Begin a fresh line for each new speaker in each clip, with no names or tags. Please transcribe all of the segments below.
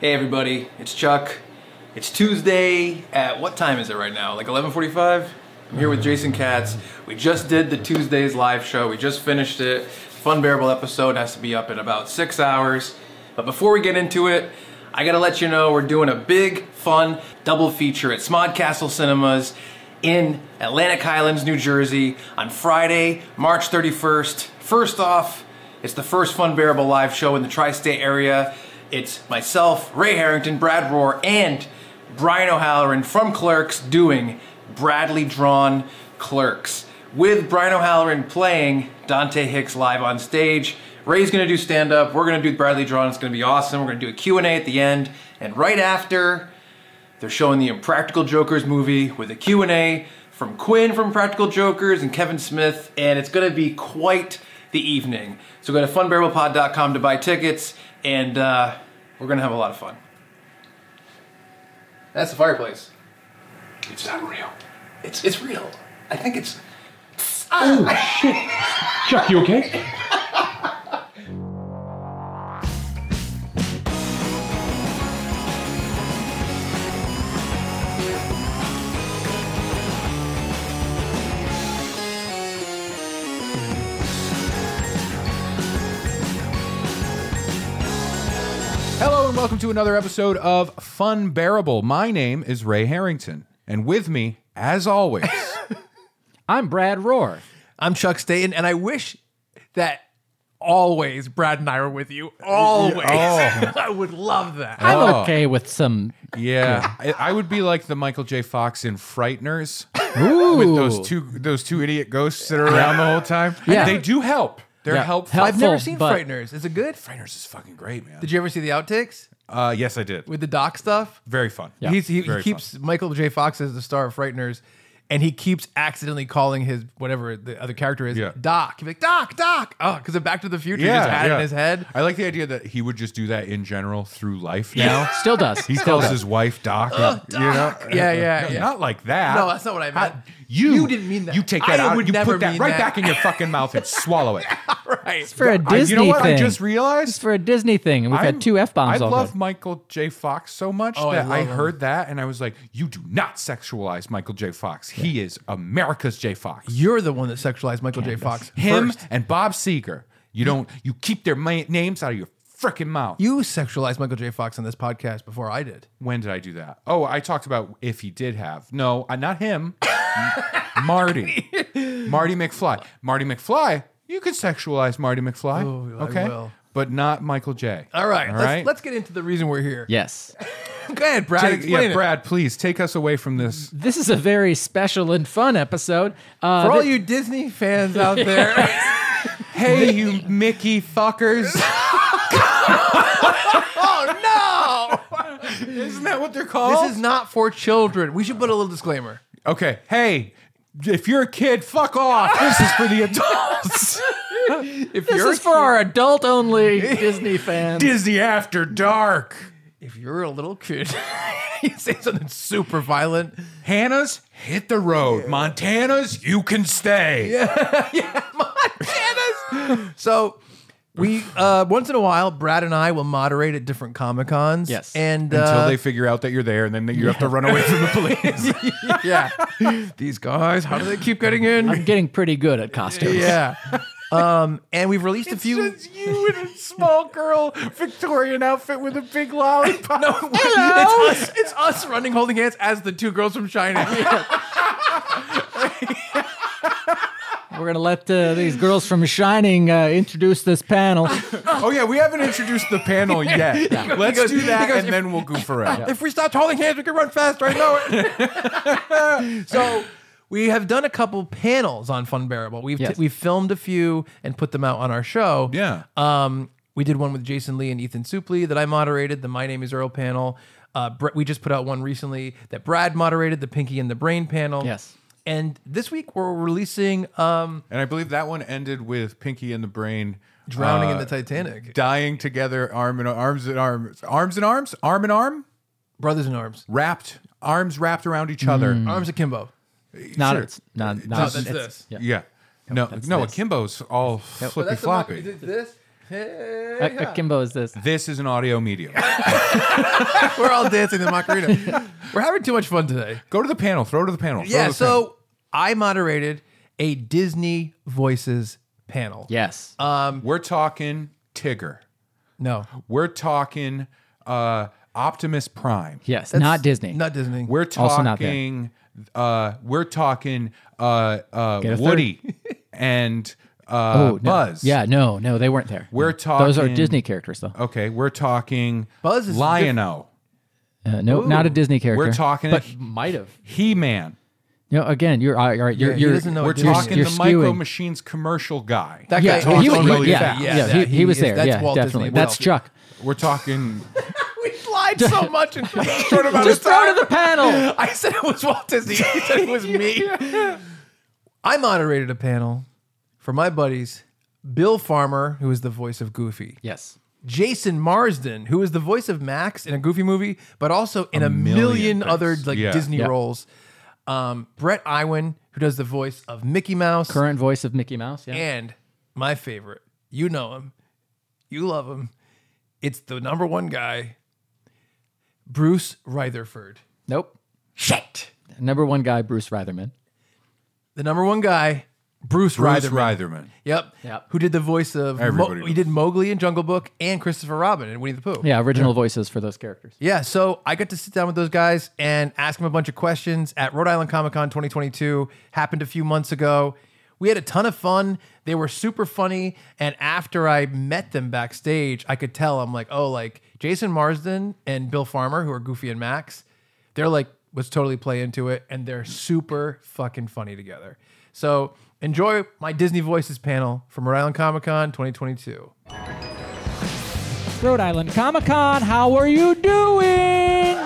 Hey everybody, it's Chuck. It's Tuesday at what time is it right now? Like 11:45. I'm here with Jason Katz. We just did the Tuesday's live show. We just finished it. Fun bearable episode has to be up in about six hours. But before we get into it, I gotta let you know we're doing a big, fun double feature at Smodcastle Cinemas in Atlantic Highlands, New Jersey, on Friday, March 31st. First off, it's the first Fun Bearable live show in the tri state area. It's myself, Ray Harrington, Brad Rohr, and Brian O'Halloran from Clerks doing Bradley Drawn Clerks. With Brian O'Halloran playing Dante Hicks live on stage. Ray's gonna do stand up. We're gonna do Bradley Drawn. It's gonna be awesome. We're gonna do a Q&A at the end. And right after, they're showing the Impractical Jokers movie with a Q&A from Quinn from Practical Jokers and Kevin Smith, and it's going to be quite the evening. So go to funbearablepod.com to buy tickets, and uh, we're going to have a lot of fun. That's the fireplace.
It's not real.
It's it's real. I think it's Oh,
Chuck, you okay?
Hello and welcome to another episode of Fun Bearable. My name is Ray Harrington, and with me, as always,
I'm Brad Rohr.
I'm Chuck Staten, and I wish that always Brad and I were with you. Always. I would love that.
I'm
Oh.
okay with some.
yeah, I, I would be like the Michael J. Fox in Frighteners
Ooh,
with those two those two idiot ghosts that are around the whole time.
Yeah.
they do help. They're
Yeah.
helpful.
Help-
I've-
I've never
Full,
seen
but-
Frighteners. Is it good?
Frighteners is fucking great, man.
Did you ever see the outtakes
Uh, yes, I did.
with the doc stuff?
Very fun.
Yeah.
He's, he, he
Very
keeps Michael J. Fox as the star of Frighteners, and he keeps accidentally calling his whatever the other character is
Yeah.
Doc. He's like Doc, Doc. Oh, because of Back to the Future,
Yeah,
he just had it
yeah.
in his head.
I like the idea that he would just do that in general through life now.
yeah, still does.
He
still
calls
does.
his wife Doc. you know?
Uh, Yeah, yeah,
No,
yeah.
Not like that.
No, that's not what I meant.
you,
You didn't mean that.
You take that
I
out.
would
you
never
put that
mean
right
that.
back in your fucking mouth and swallow it.
Right.
for a
I-
Disney
you know what?
thing.
I just realized.
It's for a Disney thing, and we've
I'm-
had two f bombs
I
already.
love Michael J. Fox so much
Oh, I
that I,
love him.
heard that and I was like, "You do not sexualize Michael J. Fox. He is America's J. Fox.
You're the one that sexualized Michael J. Fox.
Him
first.
and Bob Seger. You don't. You keep their ma- names out of your freaking mouth.
You sexualized Michael J. Fox on this podcast before I did.
when did I do that? Oh, I talked about if he did have. No, uh, not him. M- Marty. Marty McFly. Marty McFly. You could sexualize Marty McFly.
Oh, I
okay.
will.
But not Michael J.
All right.
All
let's,
right.
Let's get into the reason we're here.
Yes,
Go ahead, Brad.
Take-
explain
yeah,
it.
Brad, please take us away from this.
this is a very special and fun episode. Uh,
For all
thi-
you Disney fans out there,
Hey, you Mickey fuckers.
oh
Isn't that what they're
no,
called?
this is not for children. We should put a little disclaimer.
okay. Hey, if you're a kid, fuck off. This is for the adults.
If
this
you're
is for our adult-only Disney fans.
Disney After Dark.
if you're a little kid, you say something super violent.
Hannah's, hit the road. Montana's, you can stay.
So we uh, once in a while, Brad and I will moderate at different comic cons.
Yes.
and
until
uh,
they figure out that you're there, and then you have to run away from the police.
yeah, these guys, how do they keep getting in?
I'm getting pretty good at costumes.
yeah, um, and we've released a few.
you in a small girl Victorian outfit with a big lollipop.
It's, us, it's us running, holding hands as the two girls from Shining.
We're gonna let uh, these girls from Shining uh, introduce this panel.
oh yeah, we haven't introduced the panel yet. Let's
goes-
do that,
he goes,
and then we'll goof around.
If we stopped holding hands, we could run faster. I know it. so we have done a couple panels on Fun Bearable. We've
Yes.
we've filmed a few and put them out on our show.
Yeah.
Um, we did one with Jason Lee and Ethan Supley that I moderated. The My Name Is Earl panel. Uh, Br- we just put out one recently that Brad moderated. The Pinky and the Brain panel.
Yes.
And this week we're releasing um,
And I believe that one ended with Pinky and the Brain
Drowning in
uh,
the Titanic,
dying together, arm in arms and arms, arms and arms, arm in arm,
Brothers in Arms,
wrapped arms wrapped around each other.
Arms Akimbo.
Mm. Not,
Sure.
it's not, not,
No, that's
it's-
this.
yeah.
Yeah. No, no, akimbo's all flippy floppy.
this.
Uh, A- Akimbo is this.
This is an audio medium.
We're all dancing the Macarena. We're having too much fun today.
Go to the panel. Throw to the panel. throw
Yeah,
to the panel.
so I moderated a Disney Voices panel.
Yes.
we're talking Tigger.
um, No.
We're talking uh, Optimus Prime.
yes.
that's
Not Disney.
Not Disney.
We're
Also not
talking. Uh, we're talking uh, uh,
Get a third.
Woody and uh,
Oh, no.
Buzz.
Yeah, no, no, they weren't there.
We're
Those are
talking-
Disney characters, though.
Okay, we're talking
Buzz is
Lion-O,
Uh, no, not a Disney character.
We're talking-
but might have.
He-Man.
No, again, you're all right. all right, You're,
Yeah, he
you're,
doesn't know
We're
what Disney
talking
is.
the
You're
Micro
skewing.
Machines commercial guy.
that
Yeah,
guy talks
he was,
really
yeah,
fast.
yeah, he, he was
is.
there.
That's
yeah,
Walt
definitely.
Disney.
That's Chuck.
We're talking.
We lied so much in a short amount of
Just throw
time.
to the panel.
I said it was Walt Disney. He said it was me. I moderated a panel for my buddies Bill Farmer, who is the voice of Goofy,
yes.
Jason Marsden, who is the voice of Max in a Goofy movie, but also in a, million,
million things.
other like
Yeah.
Disney
Yeah.
roles. Um, Brett Iwan, who does the voice of Mickey Mouse,
Current voice of Mickey Mouse. Yeah.
and my favorite, you know him, you love him. It's the number one guy, Bruce Rutherford.
Nope.
Shit.
Number one guy, Bruce Ratherman.
the number one guy, Bruce,
Bruce
Bruce
Reitherman.
Yep.
Yep.
Who did the voice of Mo-
Everybody
he
knows.
did Mowgli in Jungle Book and Christopher Robin in Winnie the Pooh.
Yeah, original voices for those characters.
Yeah, so I got to sit down with those guys and ask them a bunch of questions at Rhode Island Comic Con 2022. Happened a few months ago. We had a ton of fun. They were super funny. And after I met them backstage, I could tell I'm like, oh, like Jason Marsden and Bill Farmer, who are Goofy and Max, they're like, was totally play into it. And they're super fucking funny together. So enjoy my Disney Voices panel from Rhode Island Comic Con 2022.
Rhode Island Comic Con, how are you doing?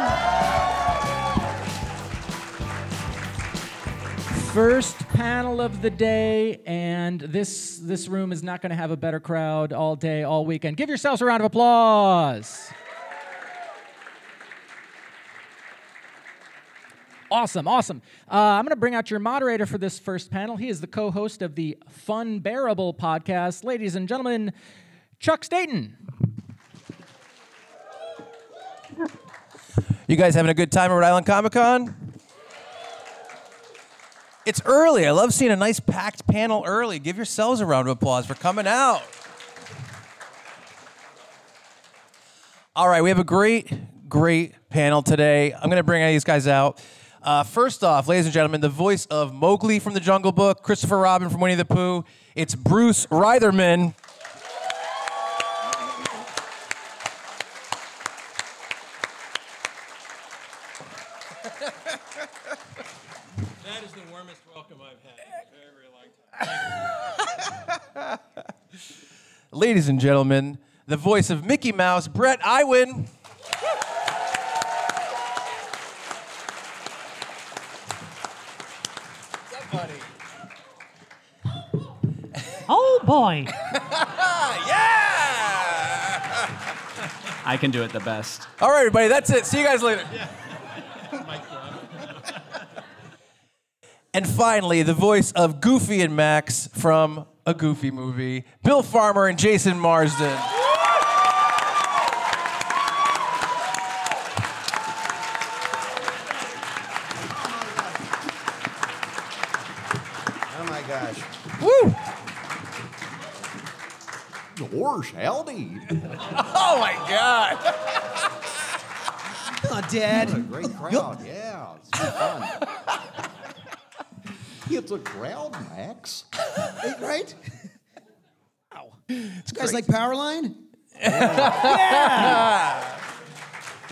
First panel of the day, and this this room is not going to have a better crowd all day, all weekend. Give yourselves a round of applause. Awesome, awesome. Uh, I'm going to bring out your moderator for this first panel. He is the co-host of the Fun Bearable podcast, ladies and gentlemen, Chuck Staten.
You guys having a good time at Rhode Island Comic Con? It's early. I love seeing a nice packed panel early. Give yourselves a round of applause for coming out. All right, we have a great, great panel today. I'm going to bring these guys out. Uh, first off, ladies and gentlemen, the voice of Mowgli from The Jungle Book, Christopher Robin from Winnie the Pooh, it's Bruce Reitherman.
That is the warmest welcome I've had in a very long time.
Ladies and gentlemen, the voice of Mickey Mouse, Brett Iwin.
Oh boy.
Yeah!
I can do it the best.
All right, everybody, that's it. See you guys later. and finally, the voice of Goofy and Max from a Goofy movie, Bill Farmer and Jason Marsden.
Oh my gosh.
Woo!
Horse, howdy.
Oh my God!
Oh, Dad.
What a great crowd. Yeah, it's been fun. It's a crowd, Max.
Right? Wow. This guy's like Powerline?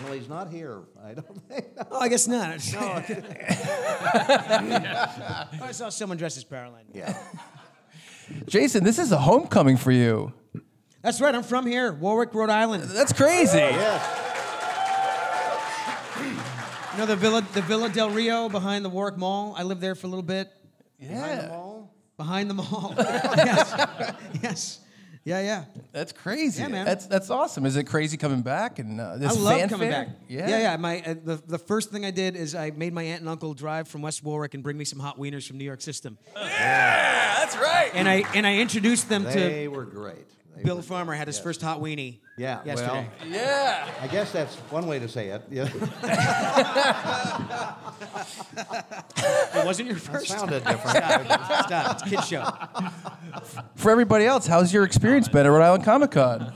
Well, he's not here. I don't think.
Oh, I guess not. No. I saw someone dressed as Powerline.
Yeah.
Jason, this is a homecoming for you.
That's right. I'm from here, Warwick, Rhode Island.
That's crazy.
Yes.
You know the Villa, the Villa Del Rio behind the Warwick Mall. I lived there for a little bit.
Yeah,
Behind the mall. yes. Yes. Yeah, yeah.
that's crazy.
Yeah, man.
That's that's awesome. Is it crazy coming back and uh, this
I love
fanfare?
coming back.
Yeah,
yeah, yeah. My uh, the, the first thing I did is I made my aunt and uncle drive from West Warwick and bring me some hot wieners from New York System,
Yeah, that's right.
and I and I introduced them to
They were great.
Bill Farmer had his first hot weenie.
Yeah, well-
yesterday.
Yeah.
I guess that's one way to say it. Yeah,
it wasn't your first.
sounded different.
Stop. It's a kid show.
For everybody else, how's your experience been at Rhode Island Comic Con?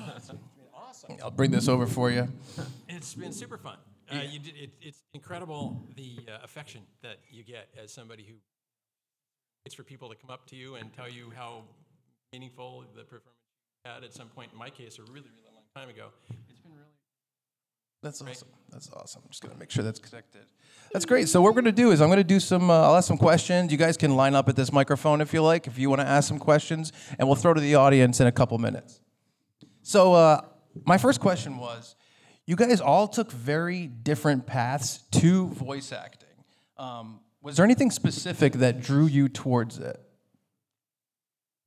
I'll bring this over for you.
It's been super fun. Uh, you did, it, it's incredible the uh, affection that you get as somebody who waits for people to come up to you and tell you how meaningful the performance you had at some point. In my case, a really, really long time ago. It's been really
That's awesome. That's awesome. I'm just gonna make sure that's connected. That's great. So what we're gonna do is I'm gonna do some. Uh, I'll ask some questions. You guys can line up at this microphone if you like, if you want to ask some questions, and we'll throw to the audience in a couple minutes. So uh, my first question was, you guys all took very different paths to voice acting. Um, was there anything specific that drew you towards it?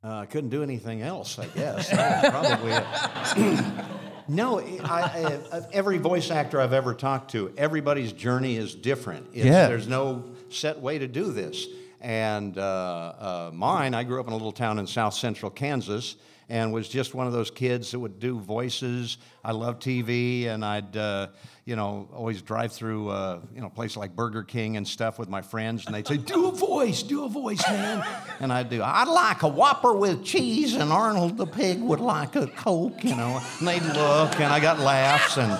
Uh, I couldn't do anything else, I guess. That was probably it. no, I, I, of every voice actor I've ever talked to, everybody's journey is different. It's,
Yeah.
There's no set way to do this. And uh, uh, mine, I grew up in a little town in south central Kansas and was just one of those kids that would do voices. I love TV, and I'd, uh, you know, always drive through, uh, you know, places like Burger King and stuff with my friends, and they'd say, "Do a voice, do a voice, man," and I'd do, "I'd like a Whopper with cheese," and Arnold the pig would like a Coke, you know. And they'd look, and I got laughs, and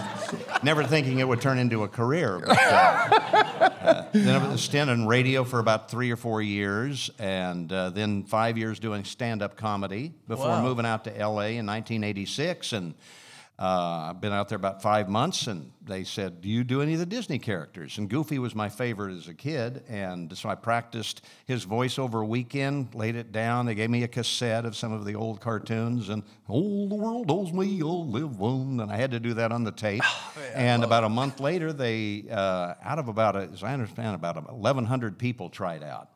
never thinking it would turn into a career. But, uh, then I was stint in radio for about three or four years, and uh, then five years doing stand-up comedy before moving out to L.A. in 1986. And uh, I've been out there about five months, and they said, "Do you do any of the Disney characters?" And Goofy was my favorite as a kid, and so I practiced his voice over a weekend, laid it down. They gave me a cassette of some of the old cartoons, and "All the world owes me a live wound," and I had to do that on the tape. and about a month later, they uh, out of about a, as I understand, about 1,100 people tried out.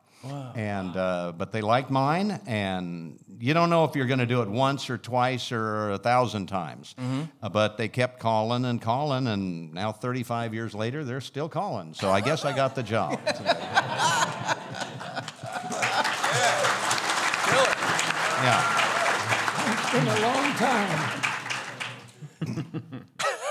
And uh, but they liked mine, and you don't know if you're going to do it once or twice or a thousand times.
Mm-hmm.
Uh, but they kept calling and calling, and now 35 years later, they're still calling. So I guess I got the job. yeah.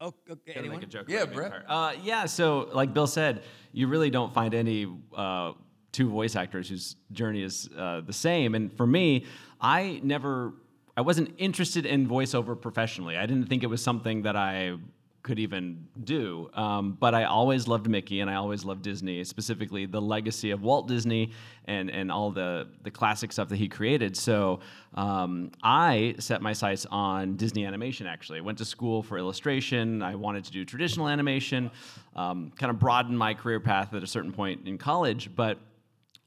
Oh, okay.
Gotta
Anyone?
make a joke.
Yeah,
about
Brett.
Big Heart. Uh, yeah. So, like Bill said, you really don't find any uh, two voice actors whose journey is uh, the same. And for me, I never, I wasn't interested in voiceover professionally. I didn't think it was something that I could even do. Um, but I always loved Mickey, and I always loved Disney, specifically the legacy of Walt Disney and and all the the classic stuff that he created. So um, I set my sights on Disney animation. Actually, I went to school for illustration. I wanted to do traditional animation. Um, kind of broadened my career path at a certain point in college, but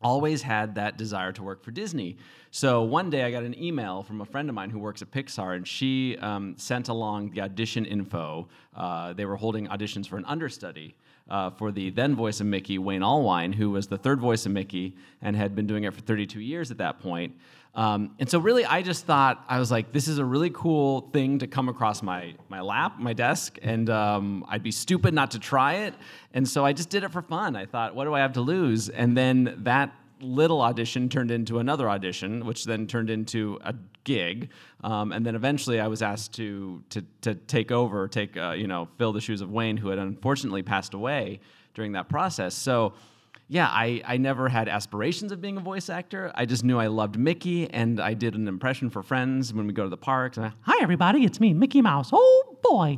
always had that desire to work for Disney. So one day I got an email from a friend of mine who works at Pixar, and she um, sent along the audition info. Uh, they were holding auditions for an understudy. Uh, for the then voice of Mickey, Wayne Allwine, who was the third voice of Mickey and had been doing it for 32 years at that point. Um, and so, really, I just thought I was like, this is a really cool thing to come across my my lap, my desk, and um, I'd be stupid not to try it. And so, I just did it for fun. I thought, what do I have to lose? And then that little audition turned into another audition, which then turned into a gig. Um, and then eventually, I was asked to to to take over, take uh, you know, fill the shoes of Wayne, who had unfortunately passed away during that process. So yeah, I, I never had aspirations of being a voice actor. I just knew I loved Mickey, and I did an impression for friends when we go to the parks. And I, Hi, everybody, it's me, Mickey Mouse. Oh boy,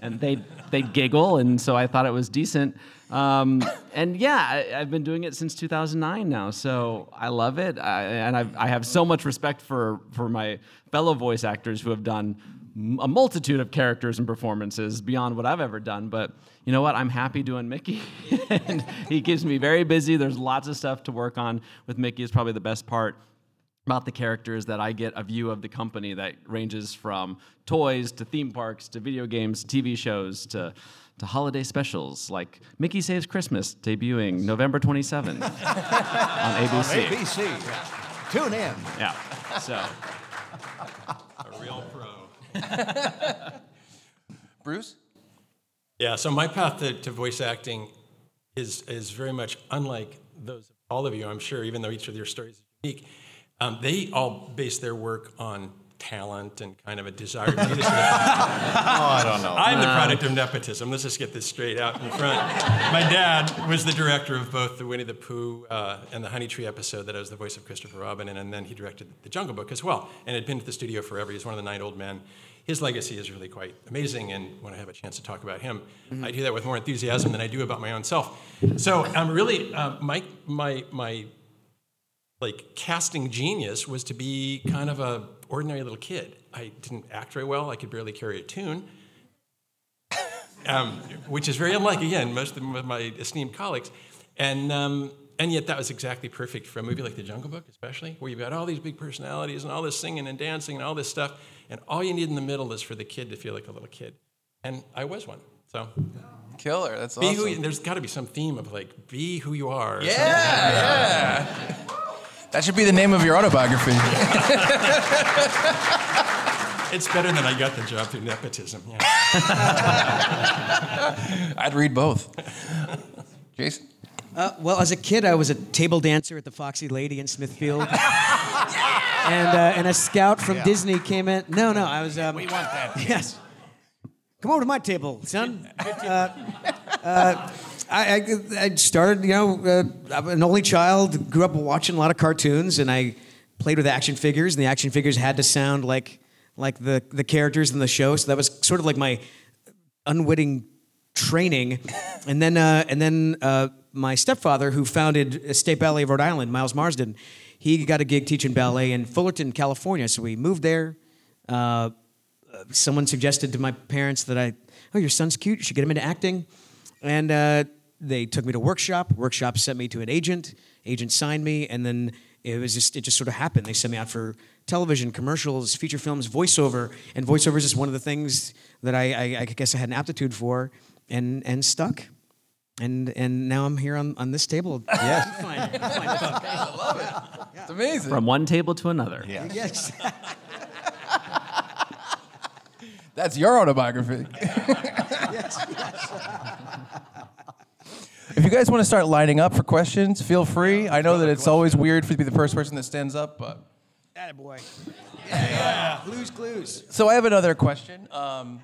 and they would they'd giggle, and so I thought it was decent. Um, and yeah, I, I've been doing it since 2009 now, so I love it, I, and I've, I have so much respect for for my fellow voice actors who have done m- a multitude of characters and performances beyond what I've ever done. But you know what? I'm happy doing Mickey. and he keeps me very busy. There's lots of stuff to work on with Mickey. Is probably the best part about the characters that I get a view of the company that ranges from toys to theme parks to video games, TV shows to to holiday specials like Mickey Saves Christmas debuting November 27th on ABC.
ABC. Tune in.
Yeah. So,
a real pro.
Bruce.
Yeah, so my path to, to voice acting is is very much unlike those of all of you, I'm sure, even though each of your stories is unique. Um, they all base their work on talent and kind of a desire to do this. Oh, I don't know. I'm the product of nepotism. Let's just get this straight out in front. My dad was the director of both the Winnie the Pooh uh, and the Honey Tree episode that I was the voice of Christopher Robin in, and then he directed the Jungle Book as well, and had been at the studio forever. He's one of the nine old men. His legacy is really quite amazing, and when I have a chance to talk about him, I do that with more enthusiasm than I do about my own self. So I'm really uh, my my my like casting genius was to be kind of a ordinary little kid. I didn't act very well. I could barely carry a tune, um, which is very unlike again most of my esteemed colleagues, and um, and yet that was exactly perfect for a movie like The Jungle Book, especially where you've got all these big personalities and all this singing and dancing and all this stuff, and all you need in the middle is for the kid to feel like a little kid, and I was one. So
Killer. That's
be
awesome.
who you, there's got to be some theme of like be who you are. or
yeah,
something.
yeah. That should be the name of your autobiography.
It's better than I got the job through nepotism. Yeah.
I'd read both. Jason?
Uh, well, as a kid, I was a table dancer at the Foxy Lady in Smithfield. And, uh, and a scout from Disney came in. No, no, I was. Um, we want that. Yes. Come over to my table, son. Uh, I, I, I started, you know, uh, I'm an only child, grew up watching a lot of cartoons, and I played with action figures, and the action figures had to sound like like the, the characters in the show. So that was sort of like my unwitting training. And then, uh, and then uh, my stepfather, who founded State Ballet of Rhode Island, Miles Marsden, he got a gig teaching ballet in Fullerton, California. So we moved there. Uh, someone suggested to my parents that I, oh, your son's cute, you should get him into acting. And uh, they took me to workshop. Workshop sent me to an agent. Agent signed me, and then it was just it just sort of happened. They sent me out for television, commercials, feature films, voiceover, and voiceover is just one of the things that I, I, I guess I had an aptitude for, and and stuck. And and now I'm here on, on this table. Yes.
It's amazing.
From one table to another.
yes.
That's your autobiography. if you guys want to start lining up for questions, feel free. I know that it's always weird for you to be the first person that stands up, but.
boy. Blues clues.
So I have another question. Um,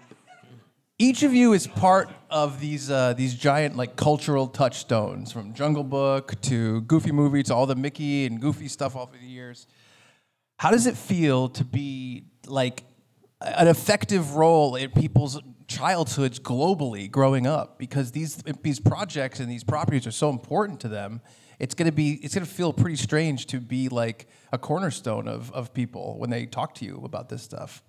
each of you is part of these uh, these giant like cultural touchstones, from Jungle Book to Goofy movie to all the Mickey and Goofy stuff off of the years. How does it feel to be like an effective role in people's childhoods globally growing up? Because these these projects and these properties are so important to them. It's gonna be it's gonna feel pretty strange to be like a cornerstone of of people when they talk to you about this stuff.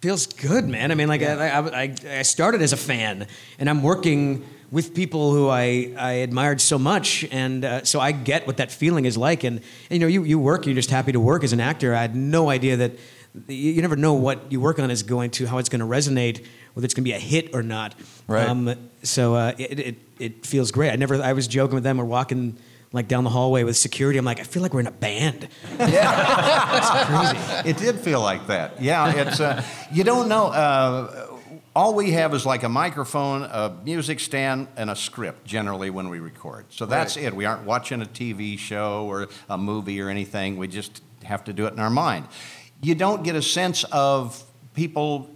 feels good, man. I mean, like I, I, I, I started as a fan, and I'm working with people who I, I admired so much, and uh, so I get what that feeling is like. And, and, you know, you, you work, you're just happy to work as an actor. I had no idea that you, you never know what you work on is going to how it's going to resonate, whether it's going to be a hit or not.
Right.
so uh, it, it it feels great. I never. I was joking with them. We're walking. Like down the hallway with security, I'm like, I feel like we're in a band.
It did feel like that. Yeah, it's uh, you don't know. Uh, all we have is like a microphone, a music stand, and a script generally when we record. So that's it. We aren't watching a TV show or a movie or anything. We just have to do it in our mind. You don't get a sense of people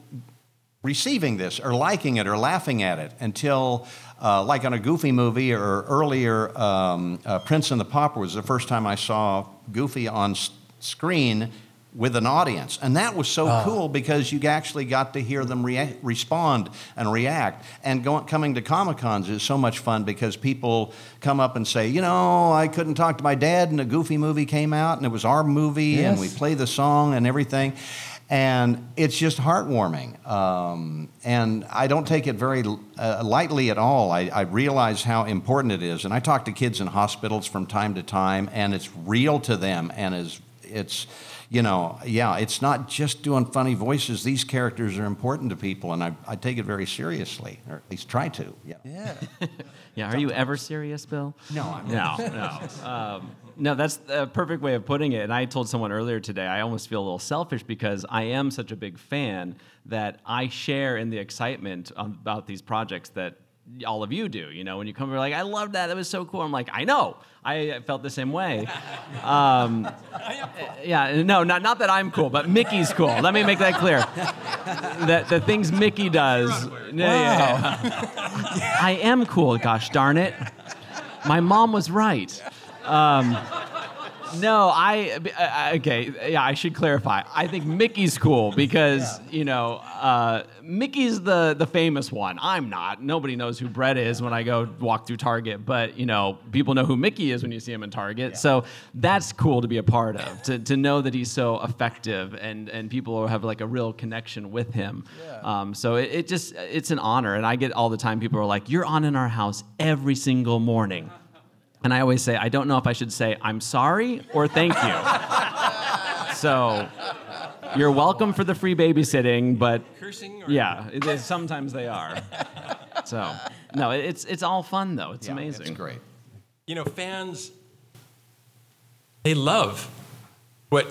receiving this or liking it or laughing at it until, uh, like on a Goofy movie or earlier, um, uh, Prince and the Pauper was the first time I saw Goofy on s- screen with an audience. And that was so cool because you actually got to hear them rea- respond and react. And going, coming to Comic Cons is so much fun because people come up and say, you know, I couldn't talk to my dad, and a Goofy movie came out, and it was our movie, and we
Yes.
played play the song and everything. And it's just heartwarming. Um, and I don't take it very uh, lightly at all. I, I realize how important it is. And I talk to kids in hospitals from time to time, and it's real to them. And is, it's, you know, yeah, it's not just doing funny voices. These characters are important to people, and I, I take it very seriously, or at least try to. Yeah.
Yeah, are you ever serious, Bill? No, I'm not. No, no. Um, no, that's a perfect way of putting it. And I told someone earlier today, I almost feel a little selfish because I am such a big fan that I share in the excitement um, about these projects that all of you do. You know, when you come over, like, I love that. That was so cool. I'm like, I know. I felt the same way. Um, yeah, no, not not that I'm cool, but Mickey's cool. Let me make that clear. That the things Mickey does. Yeah, yeah, yeah. I am cool. Gosh darn it, my mom was right. Um, No, I, I okay. Yeah, I should clarify. I think Mickey's cool because you know uh, Mickey's the the famous one. I'm not. Nobody knows who Brett is when I go walk through Target, but you know people know who Mickey is when you see him in Target. So that's cool to be a part of. To, to know that he's so effective and and people have like a real connection with him. Um, so it, it just it's an honor, and I get all the time. People are like, "You're on in our house every single morning." And I always say, I don't know if I should say I'm sorry or thank you. so you're welcome for the free babysitting, but
Cursing or
yeah, it is- sometimes they are. So no, it- it's it's all fun though. It's amazing.
It's great.
you know, fans, they love what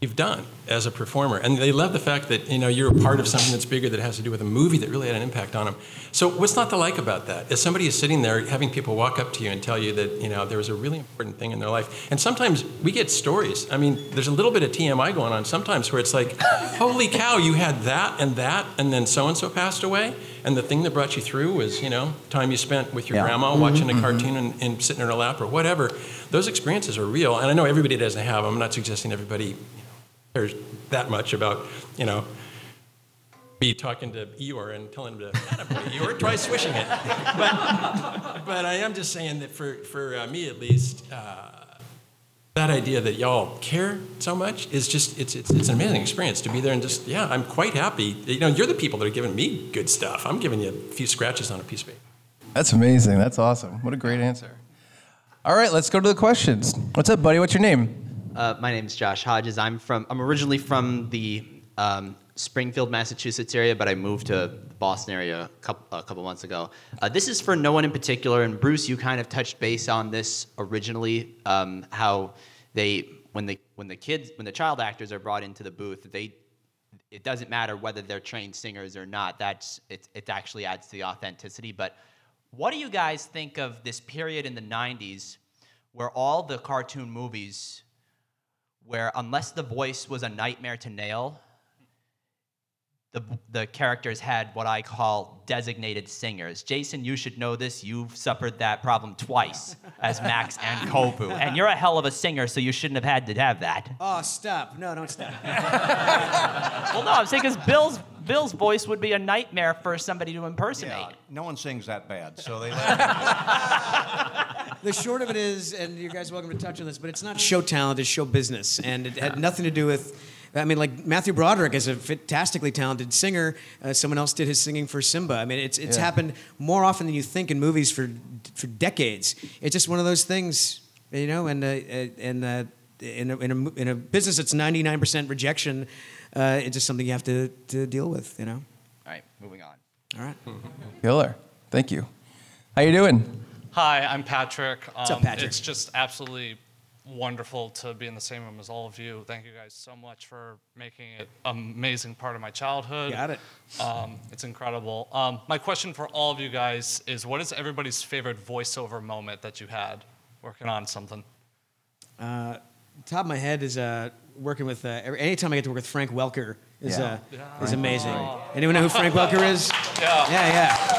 you've done as a performer. And they love the fact that, you know, you're a part of something that's bigger that has to do with a movie that really had an impact on them. So what's not to like about that? As somebody is sitting there having people walk up to you and tell you that, you know, there was a really important thing in their life. And sometimes we get stories. I mean, there's a little bit of TMI going on sometimes where it's like, holy cow, you had that and that, and then so-and-so passed away. And the thing that brought you through was, you know, time you spent with your
Yeah.
grandma watching a cartoon and, and sitting in her lap or whatever. Those experiences are real. And I know everybody doesn't have them. I'm not suggesting everybody cares that much about, you know, be talking to Eeyore and telling him to, "Attaboy, Eeyore, try swishing it. But, but I am just saying that for, for uh, me at least, uh, that idea that y'all care so much is just, it's, it's, it's an amazing experience to be there and just, yeah, I'm quite happy. You know, you're the people that are giving me good stuff. I'm giving you a few scratches on a piece of paper.
That's amazing. That's awesome. What a great answer. All right, let's go to the questions. What's up, buddy? What's your name?
Uh, my name's Josh Hodges. I'm from. I'm originally from the um, Springfield, Massachusetts area, but I moved to the Boston area a couple, a couple months ago. Uh, this is for no one in particular, and Bruce, you kind of touched base on this originally. Um, how they when the when the kids when the child actors are brought into the booth, they it doesn't matter whether they're trained singers or not. That's it. It actually adds to the authenticity. But what do you guys think of this period in the '90s where all the cartoon movies where unless the voice was a nightmare to nail, the, the characters had what I call designated singers. Jason, you should know this. You've suffered that problem twice as Max and Kobu. And you're a hell of a singer, so you shouldn't have had to have that.
Oh, stop. No, don't stop.
Well, no, I'm saying because Bill's, Bill's voice would be a nightmare for somebody to impersonate.
Yeah, no one sings that bad, so they. Let
the short of it is, and you guys are welcome to touch on this, but it's not show talent, it's show business. And it had nothing to do with, I mean, like Matthew Broderick is a fantastically talented singer. Uh, someone else did his singing for Simba. I mean, it's, it's happened more often than you think in movies for, for decades. It's just one of those things, you know, and, uh, and uh, in, a, in, a, mo- in a business that's 99% rejection, uh, it's just something you have to, to deal with, you know?
All right, moving on.
All right.
Killer. Thank you. How you doing?
Hi, I'm Patrick. Um,
up, Patrick?
It's just absolutely wonderful to be in the same room as all of you. Thank you guys so much for making it an amazing part of my childhood.
Got it.
Um, it's incredible. Um, my question for all of you guys is what is everybody's favorite voiceover moment that you had working on something?
Uh, top of my head is uh, working with uh, every, anytime I get to work with Frank Welker is
Yeah.
uh, is amazing. Anyone know who Frank Welker is? Yeah. Yeah, yeah.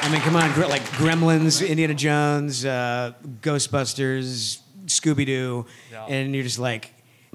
I mean, come on, gre- like Gremlins, Indiana Jones, uh, Ghostbusters, Scooby Doo,
Yeah.
and you're just like,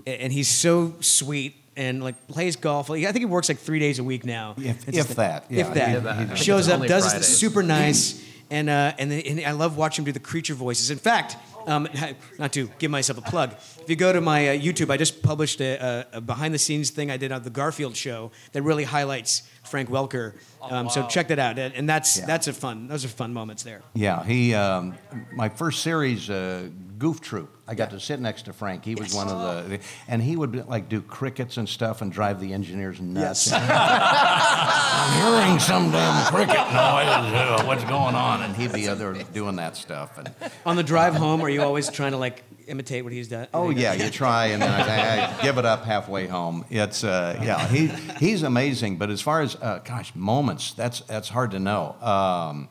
a- and he's so sweet and like plays golf. Like, I think he works like three days a week now.
If-
It's just like-
if that, yeah,
if that,
he- he- I think it's
shows up,
only
does
Fridays.
super super nice. And, uh, and, the, and I love watching him do the creature voices. In fact, um, not to give myself a plug, if you go to my uh, YouTube, I just published a, a, a behind the scenes thing I did on the Garfield show that really highlights Frank Welker. Um, So check that out. And and that's,
Yeah.
that's a fun, those are fun moments there.
Yeah, he. Um, my first series, uh, Goof Troop. I got to sit next to Frank. He was one of the, and he would like do crickets and stuff and drive the engineers nuts. I'm hearing some damn cricket noise. Uh, what's going on? And he'd be other doing that stuff. And
On the drive home, are you always trying to like imitate what he's done.
Oh yeah, you try and then I, I give it up halfway home. It's uh, yeah, he he's amazing. But as far as uh, gosh, moments that's that's hard to know. Um,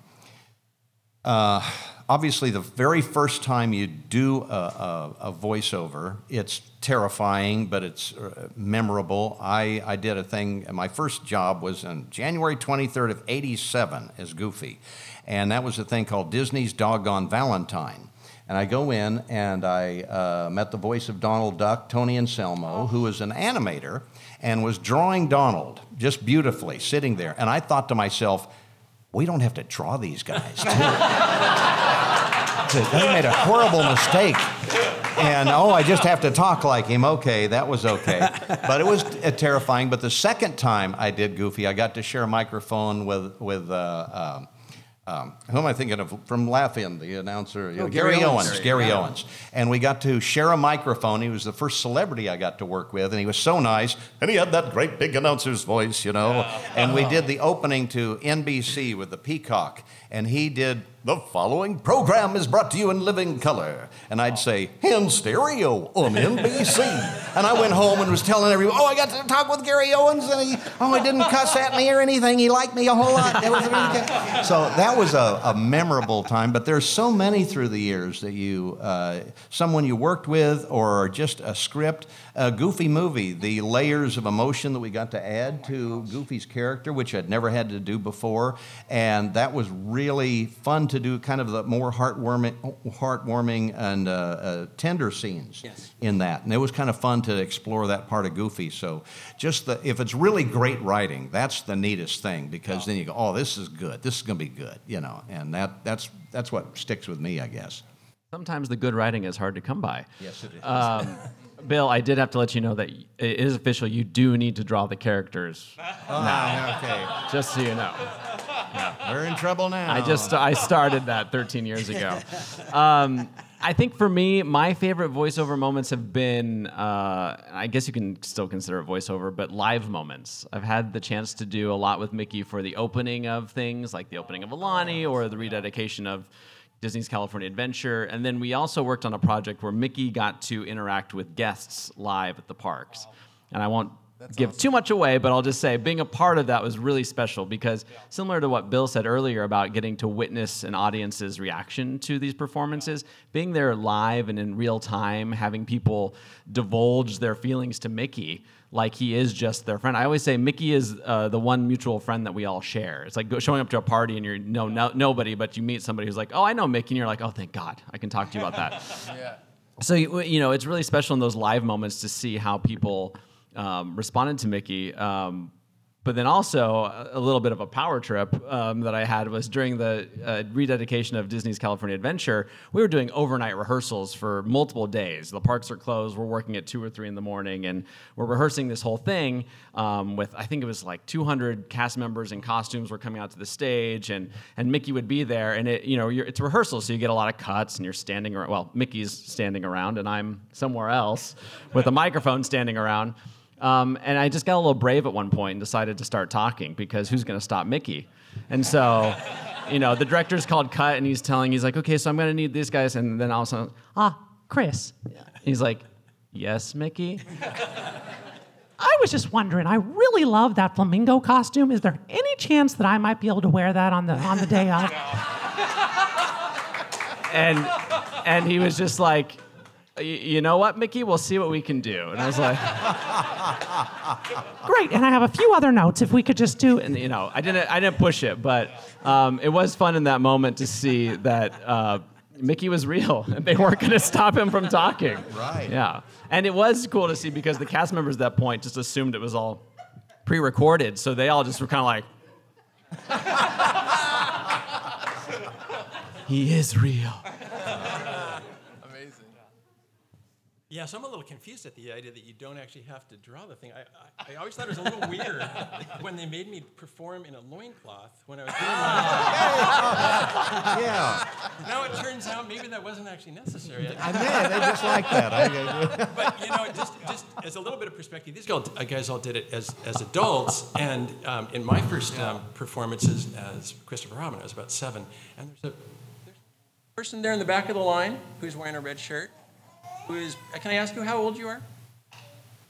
uh, obviously, the very first time you do a, a, a voiceover, it's terrifying, but it's uh, memorable. I, I did a thing, my first job was on January 23rd of 87 as Goofy, and that was a thing called Disney's Doggone Valentine. And I go in and I uh, met the voice of Donald Duck, Tony Anselmo, who is an animator and was drawing Donald just beautifully sitting there. And I thought to myself, we don't have to draw these guys. Too. they made a horrible mistake. And oh, I just have to talk like him. Okay, that was okay. But it was uh, terrifying. But the second time I did Goofy, I got to share a microphone with with. Uh, um, um, who am I thinking of from Laughing, the announcer? you know,
Gary
Oh, Gary,
Owens.
Owens. Gary
Yeah.
Owens. And we got to share a microphone. He was the first celebrity I got to work with, and he was so nice. And he had that great big announcer's voice, you know. And we did the opening to NBC with the Peacock, and he did the following program is brought to you in living color. And I'd say, in stereo on NBC. and I went home and was telling everyone, oh, I got to talk with Gary Owens, and he, oh, he didn't cuss at me or anything. He liked me a whole lot. That was really good. So that was a, a memorable time, but there's so many through the years that you, uh, someone you worked with, or just a script, a goofy movie, the layers of emotion that we got to add to Goofy's character, which I'd never had to do before, and that was really fun to do. Kind of the more heartwarming, heartwarming and uh, uh, tender scenes in that, and it was kind of fun to explore that part of Goofy. So, just the if it's really great writing, that's the neatest thing because then you go, oh, this is good. This is going to be good, you know, and that that's that's what sticks with me, I guess.
Sometimes the good writing is hard to come by.
Yes, it is.
Um, Bill, I did have to let you know that y- it is official. You do need to draw the characters
Oh,
Ah.
now.
okay.
Just so you know.
We're in trouble now.
I just uh, I started that 13 years ago. Um, I think for me, my favorite voiceover moments have been, uh, I guess you can still consider it voiceover, but live moments. I've had the chance to do a lot with Mickey for the opening of things, like the opening of Alani or the rededication of Disney's California Adventure. And then we also worked on a project where Mickey got to interact with guests live at the parks. And I won't give too much away, but I'll just say being a part of that was really special because similar to what Bill said earlier about getting to witness an audience's reaction to these performances, being there live and in real time, having people divulge their feelings to Mickey like he is just their friend. I always say Mickey is uh, the one mutual friend that we all share. It's like go, showing up to a party and you're no, no nobody, but you meet somebody who's like, oh, I know Mickey, and you're like, oh, thank God, I can talk to you about that.
Yeah.
So you, you know, it's really special in those live moments to see how people um, responded to Mickey. Um, but then also a- a little bit of a power trip um, that I had was during the uh, rededication of Disney's California Adventure. We were doing overnight rehearsals for multiple days. The parks are closed. We're working at two or three in the morning, and we're rehearsing this whole thing um, with I think it was like 200 cast members in costumes were coming out to the stage, and and Mickey would be there, and it you know you're, it's rehearsal, so you get a lot of cuts, and you're standing around. Well, Mickey's standing around, and I'm somewhere else with a microphone standing around. Um, and I just got a little brave at one point and decided to start talking because who's going to stop Mickey? And so, you know, the director's called cut and he's telling, he's like, okay, so I'm going to need these guys. And then all of a sudden, ah, Chris. he's like, yes, Mickey.
I was just wondering. I really love that flamingo costume. Is there any chance that I might be able to wear that on the on the day of?
And, and he was just like, "Y- you know what, Mickey? We'll see what we can do. And I was like,
Great. And I have a few other notes. If we could just do.
and you know, I didn't, I didn't push it, but um, it was fun in that moment to see that uh, Mickey was real and they weren't going to stop him from talking.
Right.
Yeah, and it was cool to see because the cast members at that point just assumed it was all pre-recorded, so they all just were kind of like, "He is real."
Amazing.
Yeah, so I'm a little confused at the idea that you don't actually have to draw the thing. I, I, I always thought it was a little weird when they made me perform in a loincloth when I was doing my
Ah. Yeah.
Now it turns out maybe that wasn't actually necessary.
I know, they just like that. I-
but you know, just, just as a little bit of perspective, these guys, uh, guys all did it as, as adults. And um, in my first um, performances as Christopher Robin, I was about seven. And there's a person there in the back of the line who's wearing a red shirt. who is, can I ask you how old you are?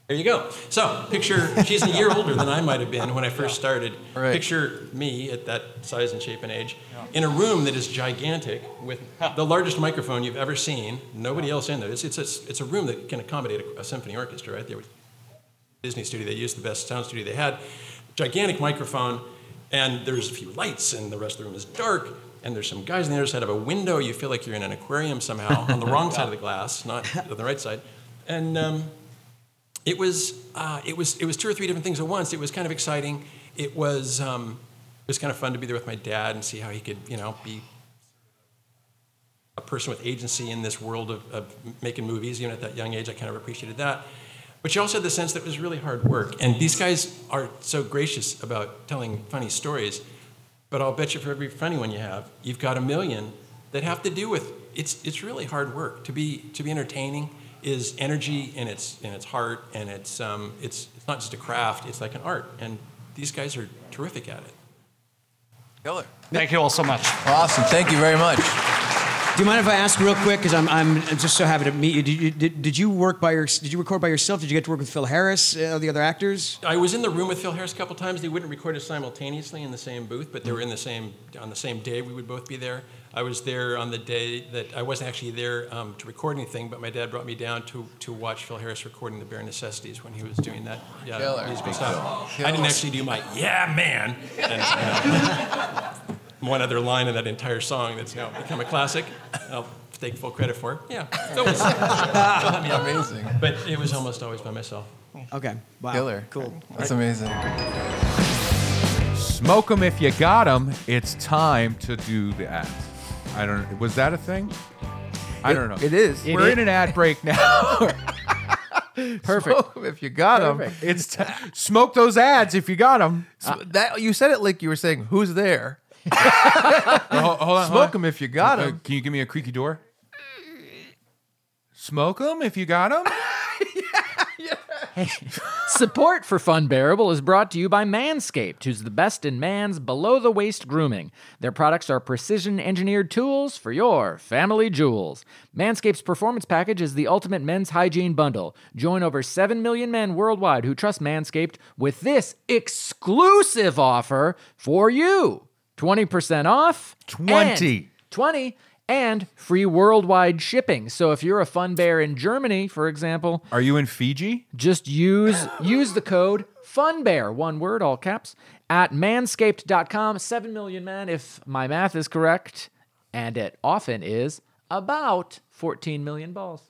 There you go. So picture, she's a year older than I might have been when I first started. Picture me at that size and shape and age in a room that is gigantic with the largest microphone you've ever seen. Nobody else in there. It's, it's, a, it's a room that can accommodate a, a symphony orchestra right there. was Disney studio, they used the best sound studio they had. Gigantic microphone, and there's a few lights, and the rest of the room is dark. And there's some guys on the other side of a window. You feel like you're in an aquarium somehow on the wrong side of the glass, not on the right side. And um, it was uh, it was it was two or three different things at once. It was kind of exciting. It was um, it was kind of fun to be there with my dad and see how he could you know be a person with agency in this world of, of making movies. Even at that young age, I kind of appreciated that. But you also had the sense that it was really hard work. And these guys are so gracious about telling funny stories. But I'll bet you for every funny one you have, you've got a million that have to do with it's it's really hard work to be to be entertaining is energy and it's and it's heart and it's um it's it's not just a craft it's like an art and these guys are terrific at it. Killer.
Thank you all so much.
Awesome. Thank you very much.
Do you mind if I ask real quick? Because I'm, I'm just so happy to meet you. Did you, did, did you work by your, did you record by yourself? Did you get to work with Phil Harris, uh, the other actors?
I was in the room with Phil Harris a couple times. They wouldn't record us simultaneously in the same booth, but they were in the same on the same day. We would both be there. I was there on the day that I wasn't actually there um, to record anything, but my dad brought me down to to watch Phil Harris recording the Bare Necessities when he was doing that. Yeah,
Killer.
musical
Big
stuff.
Phil.
I didn't actually do my yeah man. And, uh, one other line in that entire song that's now become a classic. I'll take full credit for. Yeah, that was
Amazing.
But it was almost always by myself.
Okay. Wow.
Killer.
Cool.
That's amazing.
Smoke 'em if you got 'em. It's time to do the ads. I don't. Was that a thing? I
It-
don't know.
it is.
We're
It
in
is.
an ad break now.
Perfect. if you got them,
Perfect. it's t- smoke those ads if you got them.
that you said it like you were saying, "Who's there?"
hold, hold on,
Smoke 'em if you got 'em.
can you give me a creaky door? Smoke 'em if you got 'em.
Support for Fun Bearable is brought to you by Manscaped, who's the best in man's below the waist grooming. Their products are precision engineered tools for your family jewels. Manscaped's performance package is the ultimate men's hygiene bundle. Join over 7 million men worldwide who trust Manscaped with this exclusive offer for you 20% off.
20.
and- 20 and free worldwide shipping. So if you're a fun bear in Germany, for example,
are you in Fiji?
Just use use the code funbear, one word all caps, at manscaped.com, 7 million men if my math is correct, and it often is about 14 million balls.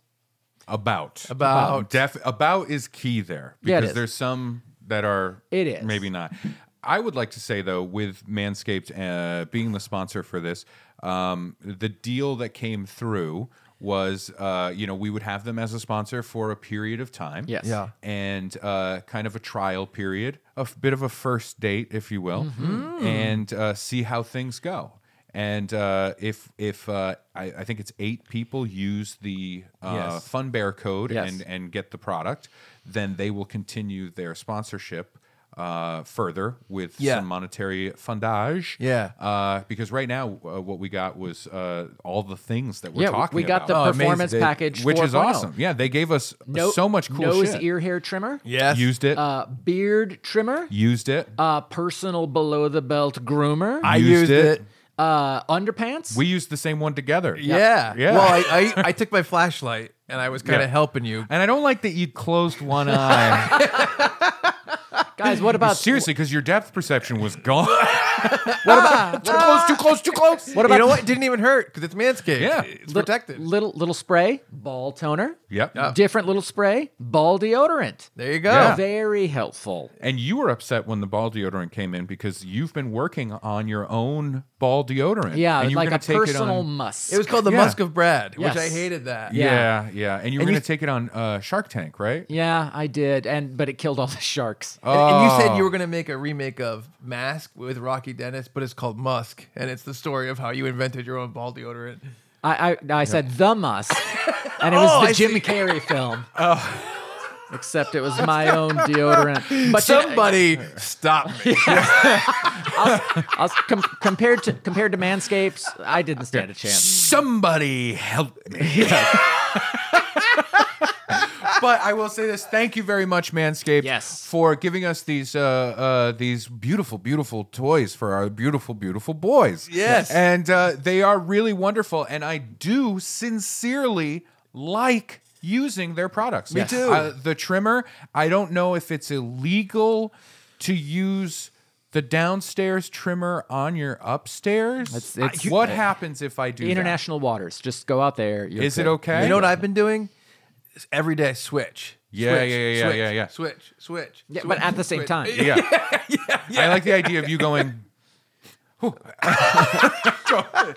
About.
About.
Def- about is key there
Yeah, it
because
is.
there's some that are
It is.
maybe not. I would like to say though, with Manscaped uh, being the sponsor for this, um, the deal that came through was, uh, you know, we would have them as a sponsor for a period of time.
Yes. Yeah.
And uh, kind of a trial period, a f- bit of a first date, if you will,
Mm-hmm.
Mhm.
and uh, see how things go. And uh, if if uh, I, I think it's eight people use the uh,
Yes.
Fun Bear code
Yes.
and and get the product, then they will continue their sponsorship uh, further with
Yeah.
some monetary fundage.
Yeah.
uh, because right now uh, what we got was uh, all the things that we're
Yeah, we-
talking.
we got
about.
the Oh, amazing. performance package
which is
4.0.
awesome. Yeah, they gave us so much cool
nose e-
shit.
ear hair trimmer.
Yes. Used it.
Uh, beard trimmer.
Used it.
Uh, personal below the belt groomer.
I Used used it. it.
Uh, underpants.
We used the same one together.
Yeah.
yeah.
Well, I, I I took my flashlight and I was kind of
Yeah.
helping you.
And I don't like that you closed one eye.
Guys, what about
seriously? Because your depth perception was gone.
What about
Ah,
too close? Too close? Too close?
What about-
you know what? It didn't even hurt because it's manscaped.
Yeah.
it's
Little-
protected.
Little little spray, ball toner.
Yep. Yeah.
Different little spray, ball deodorant.
There you
Yeah.
Very helpful.
And you were upset when the ball deodorant came in because you've been working on your own ball deodorant.
Yeah,
and you were
like
gonna
a
take it
personal
on-
musk.
It was called the
Yeah.
Musk of Brad,
Yes.
which I hated that.
Yeah, yeah, and you were
And
going
you-
to take it on uh, Shark Tank, right?
Yeah, I did, and but it killed all the sharks.
And, and you said you
Oh.
were going to make a remake of Mask with Rocky Dennis, but it's called Musk, and it's the story of how you invented your own ball deodorant.
I I, I said the musk, and it was
Oh,
the
I
Jim
see.
Carrey film. oh. Except it was my own deodorant. But
somebody stop me.
I was, com- compared to compared to Um, Manscapes, I didn't stand a chance.
Somebody help me. but I will say this: thank you very much, Manscaped, yes. for giving us these uh, uh, these beautiful, beautiful toys for our beautiful, beautiful boys.
Yes.
and uh, they are really wonderful, and I do sincerely like using their products.
Me Yes. too.
Uh, the trimmer. I don't know if it's illegal to use. The downstairs trimmer on your upstairs.
It's- it's-
what happens if I do that?
International waters. Just go out there. You're
Is it
good.
okay?
You know what I've been doing? Is Every day switch.
Yeah,
Switch,
yeah, yeah, yeah,
switch,
yeah, yeah.
Switch, switch.
Yeah, but
switch,
at the same
switch.
time.
Yeah. I like the idea of you going. Got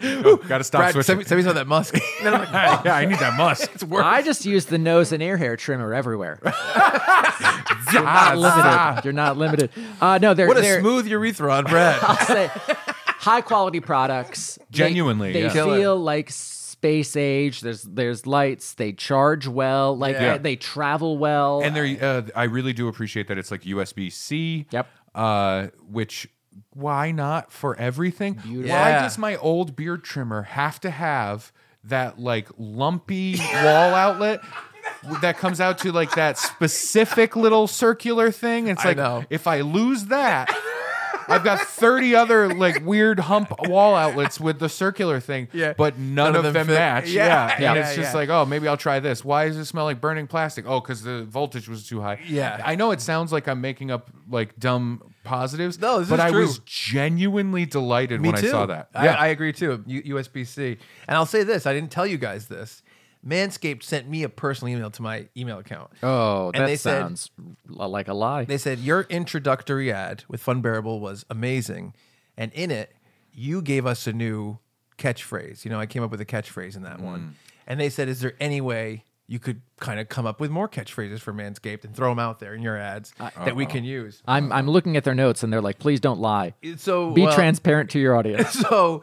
to stop
Brad,
switching.
send me- send me some of that musk.
yeah, I need that musk. It's worth.
I just use the nose and ear hair trimmer everywhere. You're
Ah,
not limited. You're not limited. Uh, no, they're
What a
they're,
smooth urethra on Brad.
I'll say, high quality products. They-
Genuinely,
they,
yeah. Killer.
feel like space age. There's there's lights. They charge well. Like
Yeah.
they, they travel well.
And they're. Uh, I really do appreciate that it's like USB C.
Yep.
Uh, which why not for everything? Why
Yeah.
does my old beard trimmer have to have that like lumpy wall outlet? That comes out to like that specific little circular thing. It's
I
like
know.
if I lose that, I've got 30 other like weird hump wall outlets with the circular thing,
Yeah.
but none, of, them,
fit.
match.
Yeah.
Yeah.
Yeah,
And it's
yeah.
just like, oh, maybe I'll try this. Why does it smell like burning plastic? Oh, because the voltage was too high.
Yeah.
I know it sounds like I'm making up like dumb positives.
No, this
but
is
I
true.
was genuinely delighted
Me
when
too.
I saw that.
I, I agree too. USB C. And I'll say this: I didn't tell you guys this. Manscaped sent me a personal email to my email account.
oh,
And
that
they said-
sounds l- like a lie.
They said your introductory ad with Fun Bearable was amazing, and in it, you gave us a new catchphrase. You know, I came up with a catchphrase in that
Mm.
one, and they said, "Is there any way you could kind of come up with more catchphrases for Manscaped and throw them out there in your ads that we can use?"
I'm I'm looking at their notes and they're like, please don't lie.
So
Be
well-
transparent to your audience.
so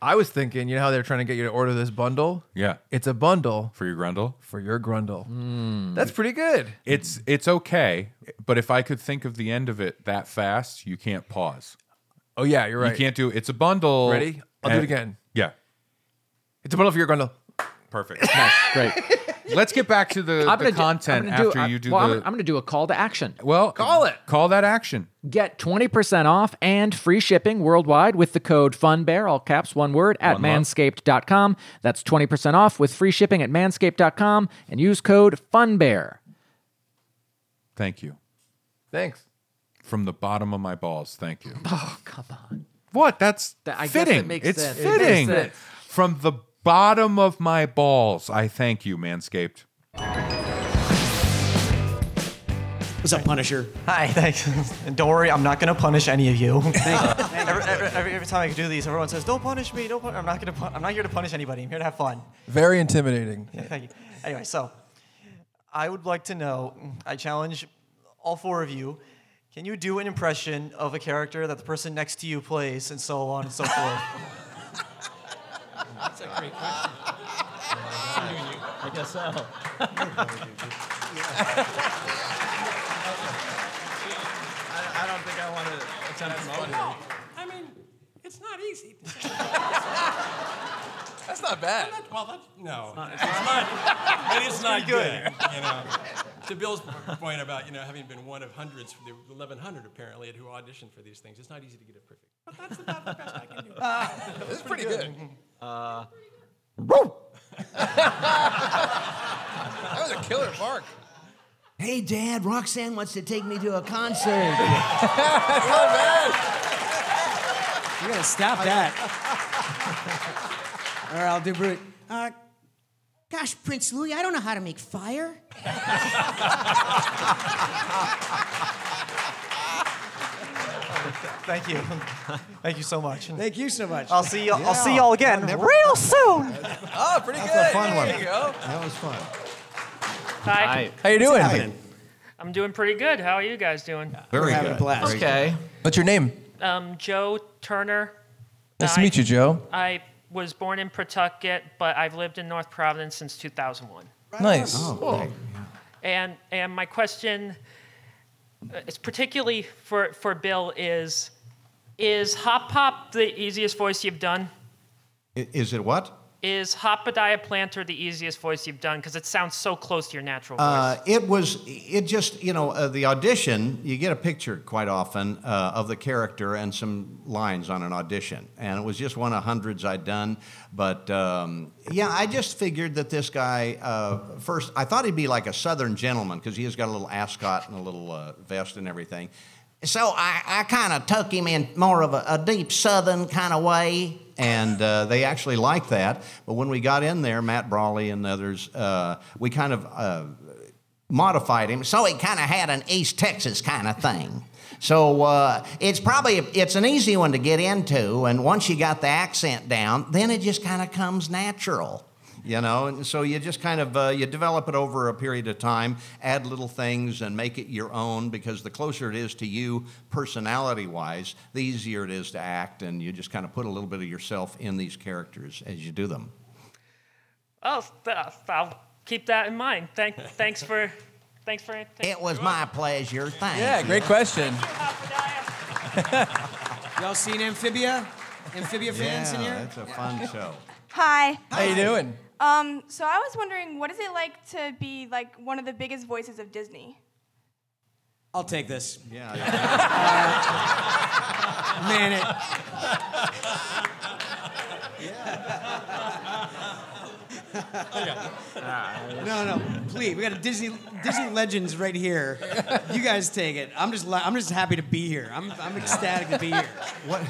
I was thinking, you know how they're trying to get you to order this bundle?
Yeah.
It's a bundle
For your grundle? Mm.
for your grundle. That's pretty good.
It's it's okay, but if I could think of the end of it that fast, you can't pause.
Oh yeah, you're right.
You can't do it's a bundle.
Ready? I'll do it
And-
again.
Yeah.
It's a bundle for your grundle.
Perfect.
Great.
Let's get back to the, the
do-
content
I'm gonna
after
do, I-
you do
well, I'm
the
gonna- I'm going to do a call to action.
well call it. Call that action.
Get 20% off and free shipping worldwide with the code FUNBEAR, all caps, one word, at
One month.
manscaped.com. That's 20% off with free shipping at manscaped.com and use code FUNBEAR.
Thank you.
Thanks.
From the bottom of my balls, thank you.
Oh, come on.
What? That's
That- I guess it
fitting.
makes
it's
sense. It makes
fitting.
sense.
From the bottom of my balls, I thank you, Manscaped.
What's up, Punisher?
Hi, thanks. And don't worry, I'm not going to punish any of you. every, every, every, every time I do these, everyone says, "Don't punish me. Don't. Pun-. I'm not going to. Pun- I'm not here to punish anybody. I'm here to have fun."
Very intimidating.
Thank you. Anyway, so I would like to know. I challenge all four of you. Can you do an impression of a character that the person next to you plays, and so on and so forth?
That's a great question.
I guess so.
I, I don't think I want to attempt mode. No, I mean, it's not easy.
That's not bad.
well, that, no, it's not. but it's not good. You know, to Bill's point about you know having been one of hundreds, the 1,100 apparently, who auditioned for these things, it's not easy to get it perfect. But that's about the best I can do.
That's pretty good.
Uh,
That was a killer bark.
Hey, Dad, Roxanne wants to take me to a concert.
You gotta stop that. Or I'll do brute.
Uh, gosh, Prince Louis, I don't know how to make fire.
Thank you. Thank you so much.
Thank you so much.
I'll see y'all. I'll see
Yeah.
y'all again
Never-
real soon.
Oh, pretty
That's
good.
a fun
there
one.
you go.
That was fun.
Hi.
How you doing?
I'm doing pretty good. How are you guys doing?
Very
having good. a blast.
Okay. What's your name?
Um, Joe Turner.
Nice to meet you, Joe.
I was born in Pawtucket, but I've lived in North Providence since 2001.
Nice.
And and my question, uh, it's particularly for for Bill is, is Hop Pop the easiest voice you've done?
I- Is it what?
Is Hopadiah Planter the easiest voice you've done? Because it sounds so close to your natural voice.
Uh, it was. It just you know uh, the audition. You get a picture quite often uh, of the character and some lines on an audition, and it was just one of hundreds I'd done. But um, yeah, I just figured that this guy uh, first. I thought he'd be like a Southern gentleman because he has got a little ascot and a little uh, vest and everything.
So I, I kind of took him in more of a, a deep southern kind of way.
and uh, they actually liked that. But when we got in there, Matt Brawley and others, uh, we kind of uh, modified him.
So he kind of had an East Texas kind of thing. So uh, it's probably it's an easy one to get into, and once you got the accent down, then it just kind of comes natural.
You know, and so you just kind of uh, you develop it over a period of time, add little things, and make it your own. Because the closer it is to you, personality-wise, the easier it is to act, and you just kind of put a little bit of yourself in these characters as you do them.
Oh, th- I'll keep that in mind. Thank, thanks for, thanks for.
It was my pleasure. Thanks.
Yeah, great question.
Y'all seen Amphibia? Amphibia fans in
Yeah,
here?
that's a fun show.
Hi.
How you doing?
Um, so I was wondering, what is it like to be like one of the biggest voices of Disney?
I'll take this.
Yeah.
man, it. No, no, please. We got a Disney Disney Legends right here. You guys take it. I'm just la- I'm just happy to be here. I'm I'm ecstatic to be here.
What?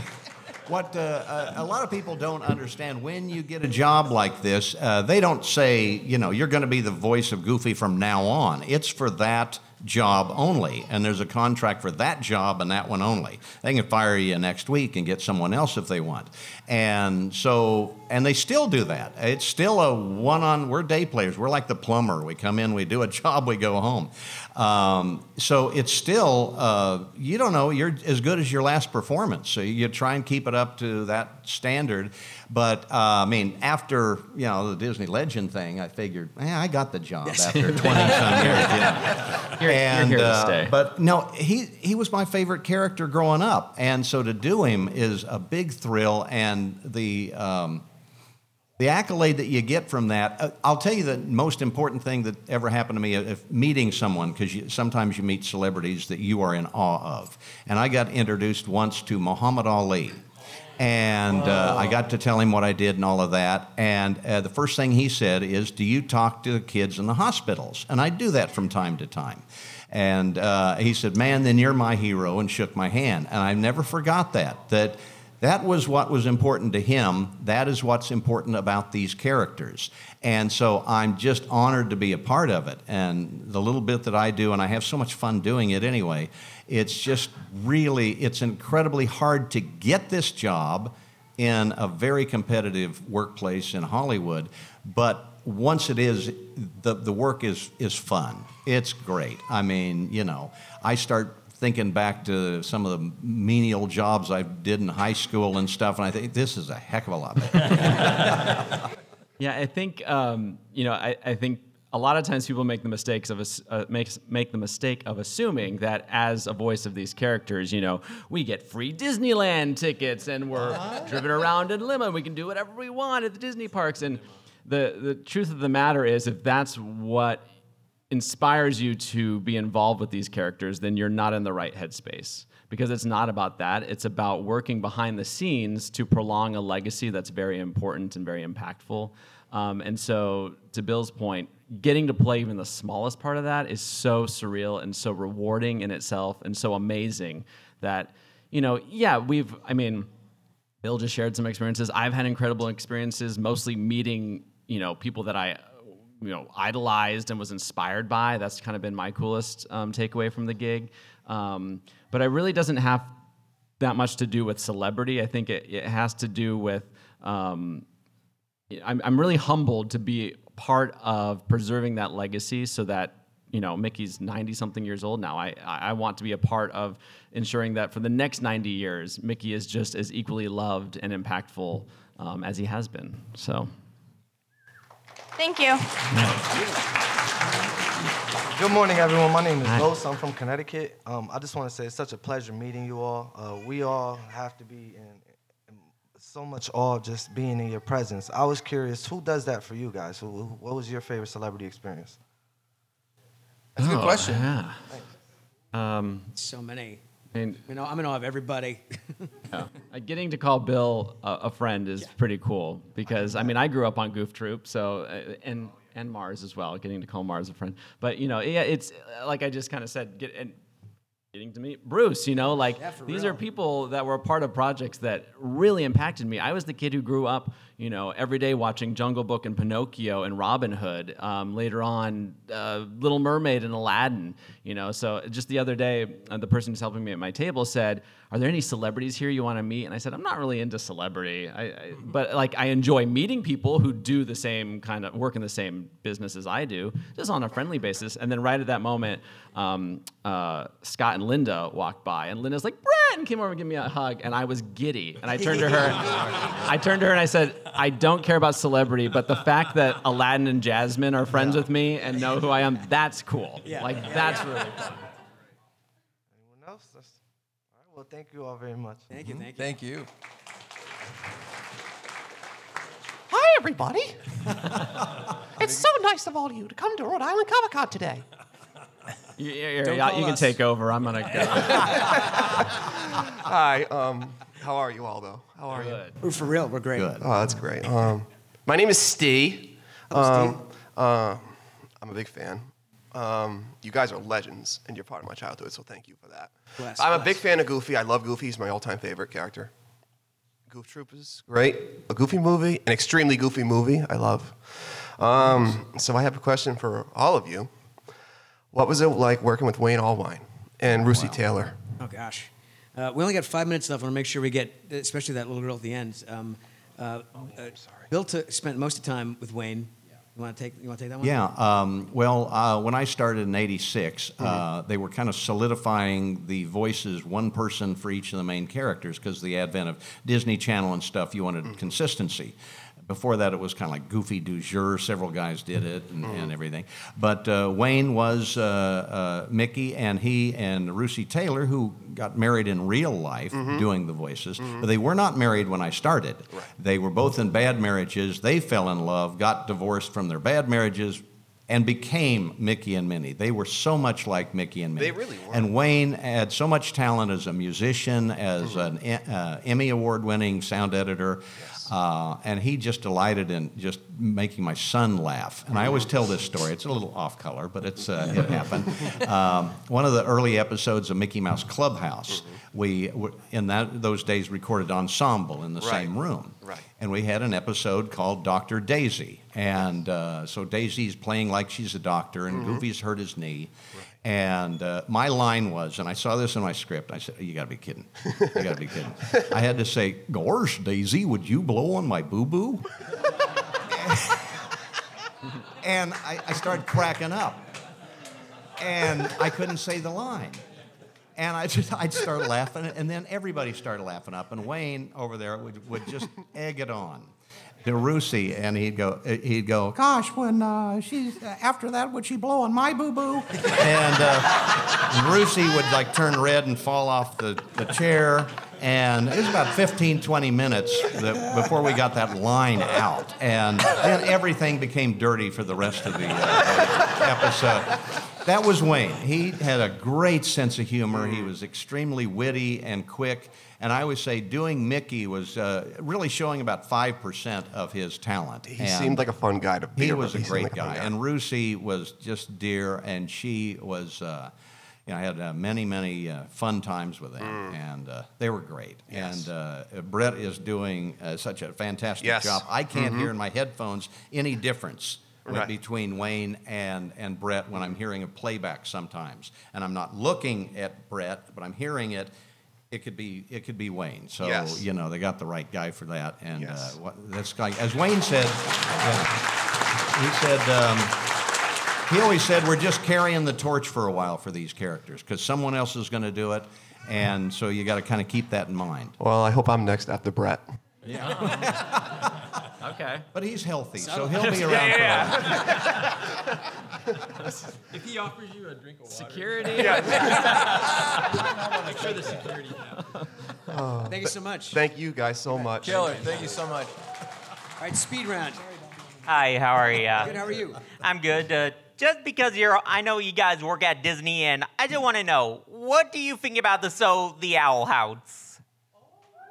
What uh, uh, a lot of people don't understand when you get a job like this, uh, they don't say, you know, you're going to be the voice of Goofy from now on. It's for that job only, and there's a contract for that job and that one only. They can fire you next week and get someone else if they want, and so and they still do that. It's still a one-on. We're day players. We're like the plumber. We come in, we do a job, we go home. Um, so it's still uh, you don't know. You're as good as your last performance. So you try and keep it up to that standard. But uh, I mean, after you know the Disney Legend thing, I figured, eh, I got the job
Yes.
after 20 some years. You know.
You're- you're
and,
here to
uh,
stay.
But no, he he was my favorite character growing up, and so to do him is a big thrill. And the um, the accolade that you get from that, uh, I'll tell you the most important thing that ever happened to me uh, if meeting someone, because you, sometimes you meet celebrities that you are in awe of. And I got introduced once to Muhammad Ali. And uh, I got to tell him what I did and all of that. And uh, the first thing he said is, Do you talk to the kids in the hospitals? And I do that from time to time. And uh, he said, Man, then you're my hero, and shook my hand. And I never forgot that, that that was what was important to him. That is what's important about these characters. And so I'm just honored to be a part of it. And the little bit that I do, and I have so much fun doing it anyway, it's just really, it's incredibly hard to get this job in a very competitive workplace in Hollywood. But once it is, the, the work is, is fun. It's great. I mean, you know, I start thinking back to some of the menial jobs I did in high school and stuff, and I think this is a heck of a lot better.
Yeah, I think um, you know. I, I think a lot of times people make the mistakes of us- uh, makes make the mistake of assuming that as a voice of these characters, you know, we get free Disneyland tickets and we're driven around in limo. and We can do whatever we want at the Disney parks. And the the truth of the matter is, if that's what inspires you to be involved with these characters, then you're not in the right headspace because it's not about that. It's about working behind the scenes to prolong a legacy that's very important and very impactful. Um, and so, to Bill's point, getting to play even the smallest part of that is so surreal and so rewarding in itself and so amazing that, you know, yeah, we've, I mean, Bill just shared some experiences. I've had incredible experiences, mostly meeting, you know, people that I, you know, idolized and was inspired by. That's kind of been my coolest um, takeaway from the gig. Um, but it really doesn't have that much to do with celebrity. I think it, it has to do with um, I'm, I'm really humbled to be part of preserving that legacy so that you know mickey's 90 something years old now I, I I want to be a part of ensuring that for the next 90 years mickey is just as equally loved and impactful um, as he has been so
Thank you.
Good morning, everyone. My name is
Hi.
Los. I'm from Connecticut. Um, I just want to say it's such a pleasure meeting you all. Uh, we all have to be in, in so much awe just being in your presence. I was curious, who does that for you guys? Who, who- what was your favorite celebrity experience?
That's a
Oh,
good question.
Yeah. Um,
Oh. So many.
and
You know, I'm in awe of everybody.
Yeah. Uh, Getting to call Bill a, a friend is pretty cool because I mean I grew up on Goof Troop, so uh, and and Mars as well. Getting to call Mars a friend, but you know, yeah, it's uh, like I just kind of said, get and getting to meet Bruce. You know, like
Yeah, for
these
real.
are people that were a part of projects that really impacted me. I was the kid who grew up, you know, every day watching Jungle Book and Pinocchio and Robin Hood. Um, later on, uh, Little Mermaid and Aladdin. You know, so just the other day, uh, the person who's helping me at my table said, "Are there any celebrities here you want to meet?" And I said, "I'm not really into celebrity, I, I, but like I enjoy meeting people who do the same kind of work in the same business as I do, just on a friendly basis." And then right at that moment, um, uh, Scott and Linda walked by, and Linda's like, "Brett," and came over and gave me a hug, and I was giddy. And I turned to her, I turned to her, and I said, "I don't care about celebrity, but the fact that Aladdin and Jasmine are friends with me and know who I am, that's cool.
Yeah.
Like
Yeah.
that's
Yeah.
really." Cool.
Anyone else? That's- all right, well, thank you all very much. Thank you, thank
Mm-hmm.
you.
Thank you.
Hi, everybody. it's so nice of all of you to come to Rhode Island Comic Con today.
You, you-
Don't
you-
call
you can
us.
take over. uh, I'm gonna go.
Hi, um, how are you all though? How are you?
We're for real. We're great.
Oh, that's great. Um, my name is Steve.
Hello,
Um, uh, I'm a big fan. Um, you guys are legends, and you're part of my childhood, so thank you for that.
Bless,
I'm a
bless.
big fan of Goofy. I love Goofy. He's my all-time favorite character. Goof Troopers, great. A goofy movie, an extremely goofy movie. I love. Um, so I have a question for all of you. What was it like working with Wayne Allwine and Rusey Taylor?
Oh gosh, uh, we only got five minutes left. I want to make sure we get, especially that little girl at the end. Um,
Oh,
uh, uh, Bill took spent most of the time with Wayne. You want to take? You want to take that one?
Yeah. Um, well, uh, when I started in '86,
Mm-hmm.
uh, they were kind of solidifying the voices, one person for each of the main characters, because the advent of Disney Channel and stuff, you
Mm.
wanted consistency. Before that, it was kind of like Goofy du jour. Several guys did it and,
Mm-hmm.
and everything. But uh, Wayne was uh, uh, Mickey, and he and Rusey Taylor, who got married in real life,
Mm-hmm.
Mhm.
doing the voices. But they were not married when I started. They were both in bad marriages. They fell in love, got divorced from their bad marriages, and became Mickey and Minnie. They were so much like Mickey and Minnie.
They really were.
And Wayne had so much talent as a musician, as
Mm-hmm.
an E- uh, Emmy award winning sound editor. Uh, and he just delighted in just making my son laugh. And I always tell this story. It's a little off color, but it's uh, it happened. Um, one of the early episodes of Mickey Mouse Clubhouse,
Mm-hmm.
we were, in that those days recorded ensemble in the
Right.
same room
Right.
and we had an episode called Dr. Daisy. And uh, so Daisy's playing like she's a doctor, and
Mhm.
Goofy's hurt his knee. And uh, my line was, and I saw this in my script, I said, You gotta be kidding. You gotta be kidding. I had to say, Gorsh, Daisy, would you blow on my boo boo? and I, I started cracking up. And I couldn't say the line. And I just, I'd start laughing, and then everybody started laughing up. And Wayne over there would, would just egg it on to Rusey, and he'd go, he'd go, gosh, when uh, she's uh, after that, would she blow on my boo boo? and uh, Rusey would like turn red and fall off the, the chair. And it was about 15, 20 minutes that, before we got that line out. And then everything became dirty for the rest of the uh, episode. That was Wayne. He had a great sense of humor. He was extremely witty and quick. And I always say doing Mickey was uh, really showing about 5% of his talent.
He seemed like a fun guy to be
He
around.
was a
He seemed
great
like a fun
guy.
guy.
And Rusey was just dear, and she was, uh, you know, I had uh, many, many uh, fun times with them,
Mm.
and uh, they were great. And uh, Brett is doing uh, such a fantastic
Yes.
job. I can't
Mhm.
hear in my headphones any difference when-
Right.
between Wayne and, and Brett when I'm hearing a playback sometimes. And I'm not looking at Brett, but I'm hearing it. It could be it could be Wayne, so
Yes.
you know they got the right guy for that. And
Yes.
uh, what, this guy, as Wayne said, yeah, he said um, he always said we're just carrying the torch for a while for these characters because someone else is going to do it, and so you got to kind of keep that in mind.
Well, I hope I'm next after Brett.
okay.
But he's healthy, so,
So-
he'll be
Yeah,
around for a while.
if he offers you a drink of water,
Security.
Yeah. Make sure the security.
Oh,
Thank you so much.
Thank you guys so much.
Killer, thank you so much. All right, speed round.
Hi, how are you?
Good, how are you?
I'm good. Uh, just because you're, I know you guys work at Disney, and I just want to know, what do you think about the show, The Owl House?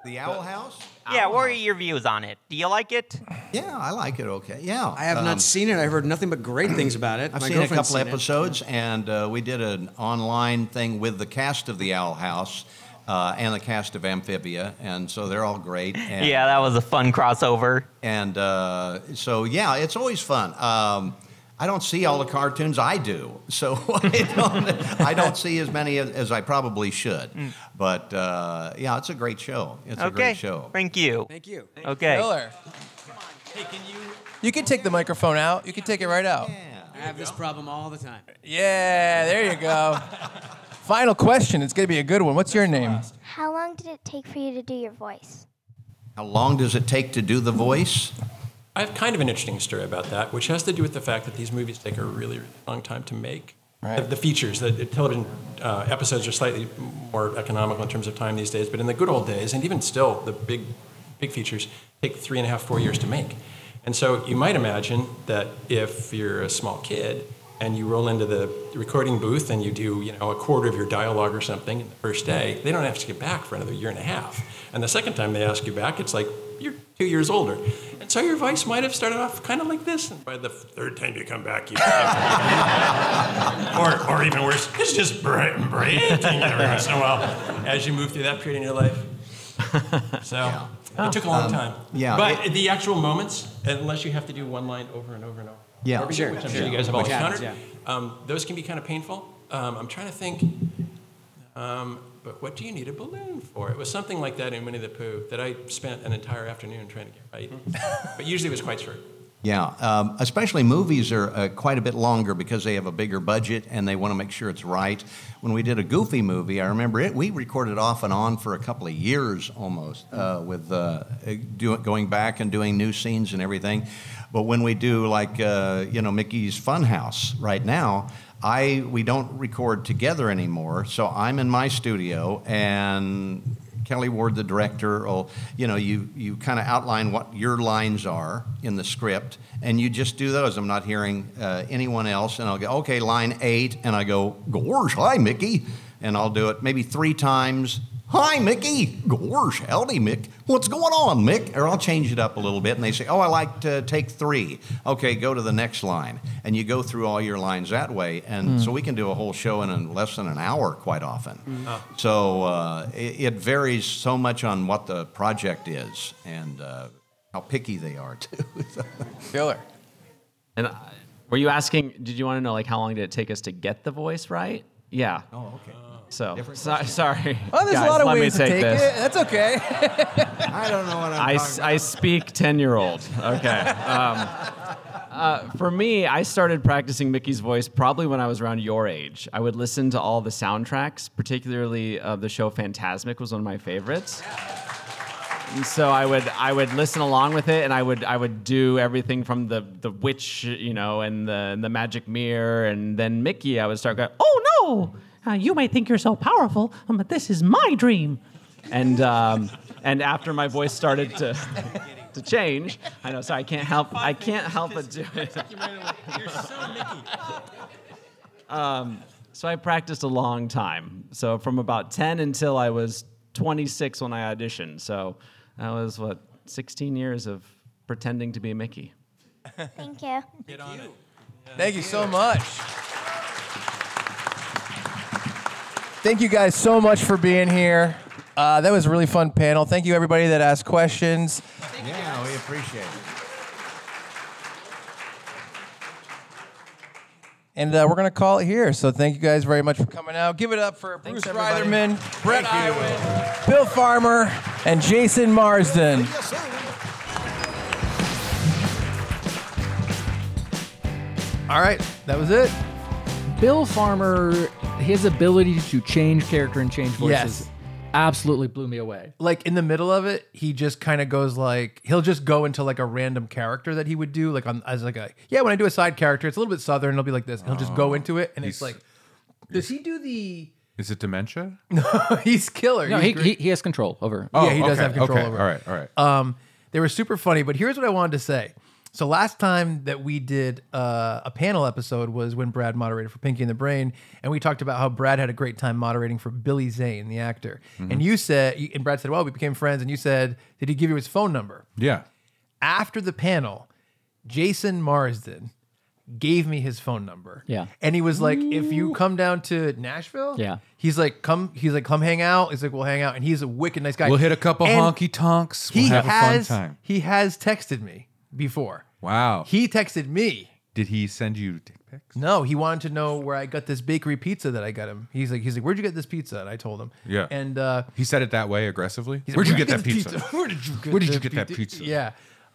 The Owl House?
Yeah, what are your views on it? Do you like it?
Yeah, I like it. Okay. Yeah.
I have
Um,
not seen it. I've heard nothing but great things about it.
I've
My
seen a
girlfriend's
couple
seen it.
episodes, and uh, we did an online thing with the cast of The Owl House uh, and the cast of Amphibia, and so they're all great. And,
Yeah, that was a fun crossover.
And uh, so, yeah, it's always fun. Um, I don't see all the cartoons I do, so I don't, I don't see as many as, as I probably should. But uh, yeah, it's a great show. It's a
Okay.
great show.
Thank you.
Thank you.
Okay.
Miller. You can take the microphone out. You can take it right out.
I have this problem all the time.
Yeah, there you go. Final question. It's going to be a good one. What's your name?
How long did it take for you to do your voice?
How long does it take to do the voice?
I have kind of an interesting story about that, which has to do with the fact that these movies take a really, really long time to make.
Right.
The, the features, the, the television uh, episodes are slightly more economical in terms of time these days, but in the good old days, and even still, the big, big features take three and a half, four years to make. And so you might imagine that if you're a small kid and you roll into the recording booth and you do, you know, a quarter of your dialogue or something in the first day, they don't have to get back for another year and a half. And the second time they ask you back, it's like you're two years older. And so your voice might have started off kind of like this, and by the third time you come back, you. or, or even worse, it's just bra- breaking every once in a while as you move through that period in your life. So it took a long
Um,
time.
yeah,
But the actual moments, unless you have to do one line over and over and over.
Yeah,
Every-
sure,
Which I'm
sure.
sure you guys have all
Which happens,
encountered. Um, those can be kind of painful. Um, I'm trying to think. Um, but what do you need a balloon for? It was something like that in Winnie the Pooh that I spent an entire afternoon trying to get
Mm-hmm.
right. but usually it was quite short.
Yeah, um, especially movies are uh, quite a bit longer because they have a bigger budget and they want to make sure it's right. When we did a Goofy movie, I remember it. We recorded off and on for a couple of years almost, uh, with uh, do, going back and doing new scenes and everything. But when we do like uh, you know Mickey's Funhouse right now, I we don't record together anymore. So I'm in my studio and Kelly Ward, the director, will you know you you kind of outline what your lines are in the script, and you just do those. I'm not hearing uh, anyone else, and I'll go okay, line eight, and I go gorge, hi Mickey, and I'll do it maybe three times. Hi Mickey, gorge, howdy Mick, what's going on Mick? Or I'll change it up a little bit, and they say, oh I like to take three. Okay, go to the next line, and you go through all your lines that way, and
Hmm.
so we can do a whole show in uh, less than an hour quite often.
Oh.
So uh, it, it varies so much on what the project is and uh, how picky they are too.
Killer.
And I, were you asking? Did you want to know like how long did it take us to get the voice right? Yeah.
Oh, okay.
So, so sorry.
Oh, there's
Guys,
a lot of
let me
ways to take
this.
it. That's okay.
I don't know what
I, s- I speak 10 year old. Okay. Um, uh, for me, I started practicing Mickey's voice probably when I was around your age. I would listen to all the soundtracks, particularly of the show Fantasmic was one of my favorites. And so I would I would listen along with it, and I would I would do everything from the the witch, you know, and the and the magic mirror, and then Mickey. I would start going, oh
Oh no! Uh, you may think you're so powerful, um, but this is my dream.
and um, and after my voice started to to change, I know. So I can't help. I can't help but do it.
You're so Mickey.
Um, so I practiced a long time. So from about ten until I was 26 when I auditioned. So that was what 16 years of pretending to be Mickey.
Thank you.
Get on it.
Thank you so much. Thank you guys so much for being here. Uh, that was a really fun panel. Thank you everybody that asked questions.
yeah, we appreciate it.
And uh, we're going to call it here. So thank you guys very much for coming out. Give it up for Bruce Reitherman, Brett Iwin, Bill Farmer, and Jason Marsden. All right, that was it.
Bill Farmer, his ability to change character and change voices
Yes.
absolutely blew me away.
like in the middle of it, he just kind of goes like he'll just go into like a random character that he would do, like on as like a yeah. When I do
Oh,
a side character, it's a little bit southern. It'll be like this. He'll just go into it, and it's like, does he do the
Is it dementia?
he's killer.
No,
He's
he,
great.
he, he has control over.
yeah, he does
Oh, okay,
have control
okay,
over.
all
it.
right, all right.
Um, they were super funny, but here's what I wanted to say. So last time that we did uh, a panel episode was when Brad moderated for Pinky and the Brain, and we talked about how Brad had a great time moderating for Billy Zane, the actor.
Mhm.
And you said, and Brad said, "Well, we became friends." And you said, "Did he give you his phone number?"
Yeah.
After the panel, Jason Marsden gave me his phone number.
Yeah.
And he was like, if you come down to Nashville,
Yeah.
he's like, come, he's like, come hang out. He's like, we'll hang out. And he's a wicked nice guy.
We'll hit a couple
And
honky tonks. We'll
He
have a fun
has,
time.
He has texted me before.
Wow.
He texted me.
Did he send you dick pics?
No, he wanted to know where I got this bakery pizza that I got him. He's like, he's like, where'd you get this pizza? And I told him.
Yeah.
And uh,
He said it that way aggressively.
he's like,
Where'd you get that pizza?
Where did you get,
Where did
this
you get that
pi-
pizza?
Yeah.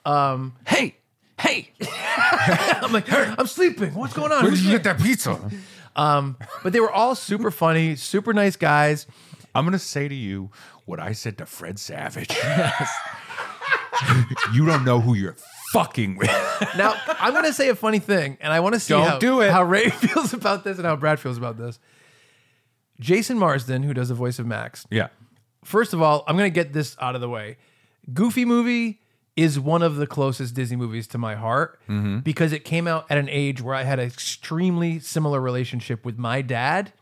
Um, hey, hey. I'm like, I'm sleeping. What's going on?
Where did
Who's
you
here?"
get that pizza?
Um, but they were all super funny, super nice guys.
I'm gonna say to you what I said to Fred Savage. you don't know who you're fucking with.
Now I'm gonna say a funny thing, and I want to see
Don't
how,
do it.
how Ray feels about this and how Brad feels about this. Jason Marsden, who does the voice of Max.
Yeah.
First of all, I'm gonna get this out of the way. Goofy movie is one of the closest Disney movies to my heart
Mhm.
because it came out at an age where I had an extremely similar relationship with my dad,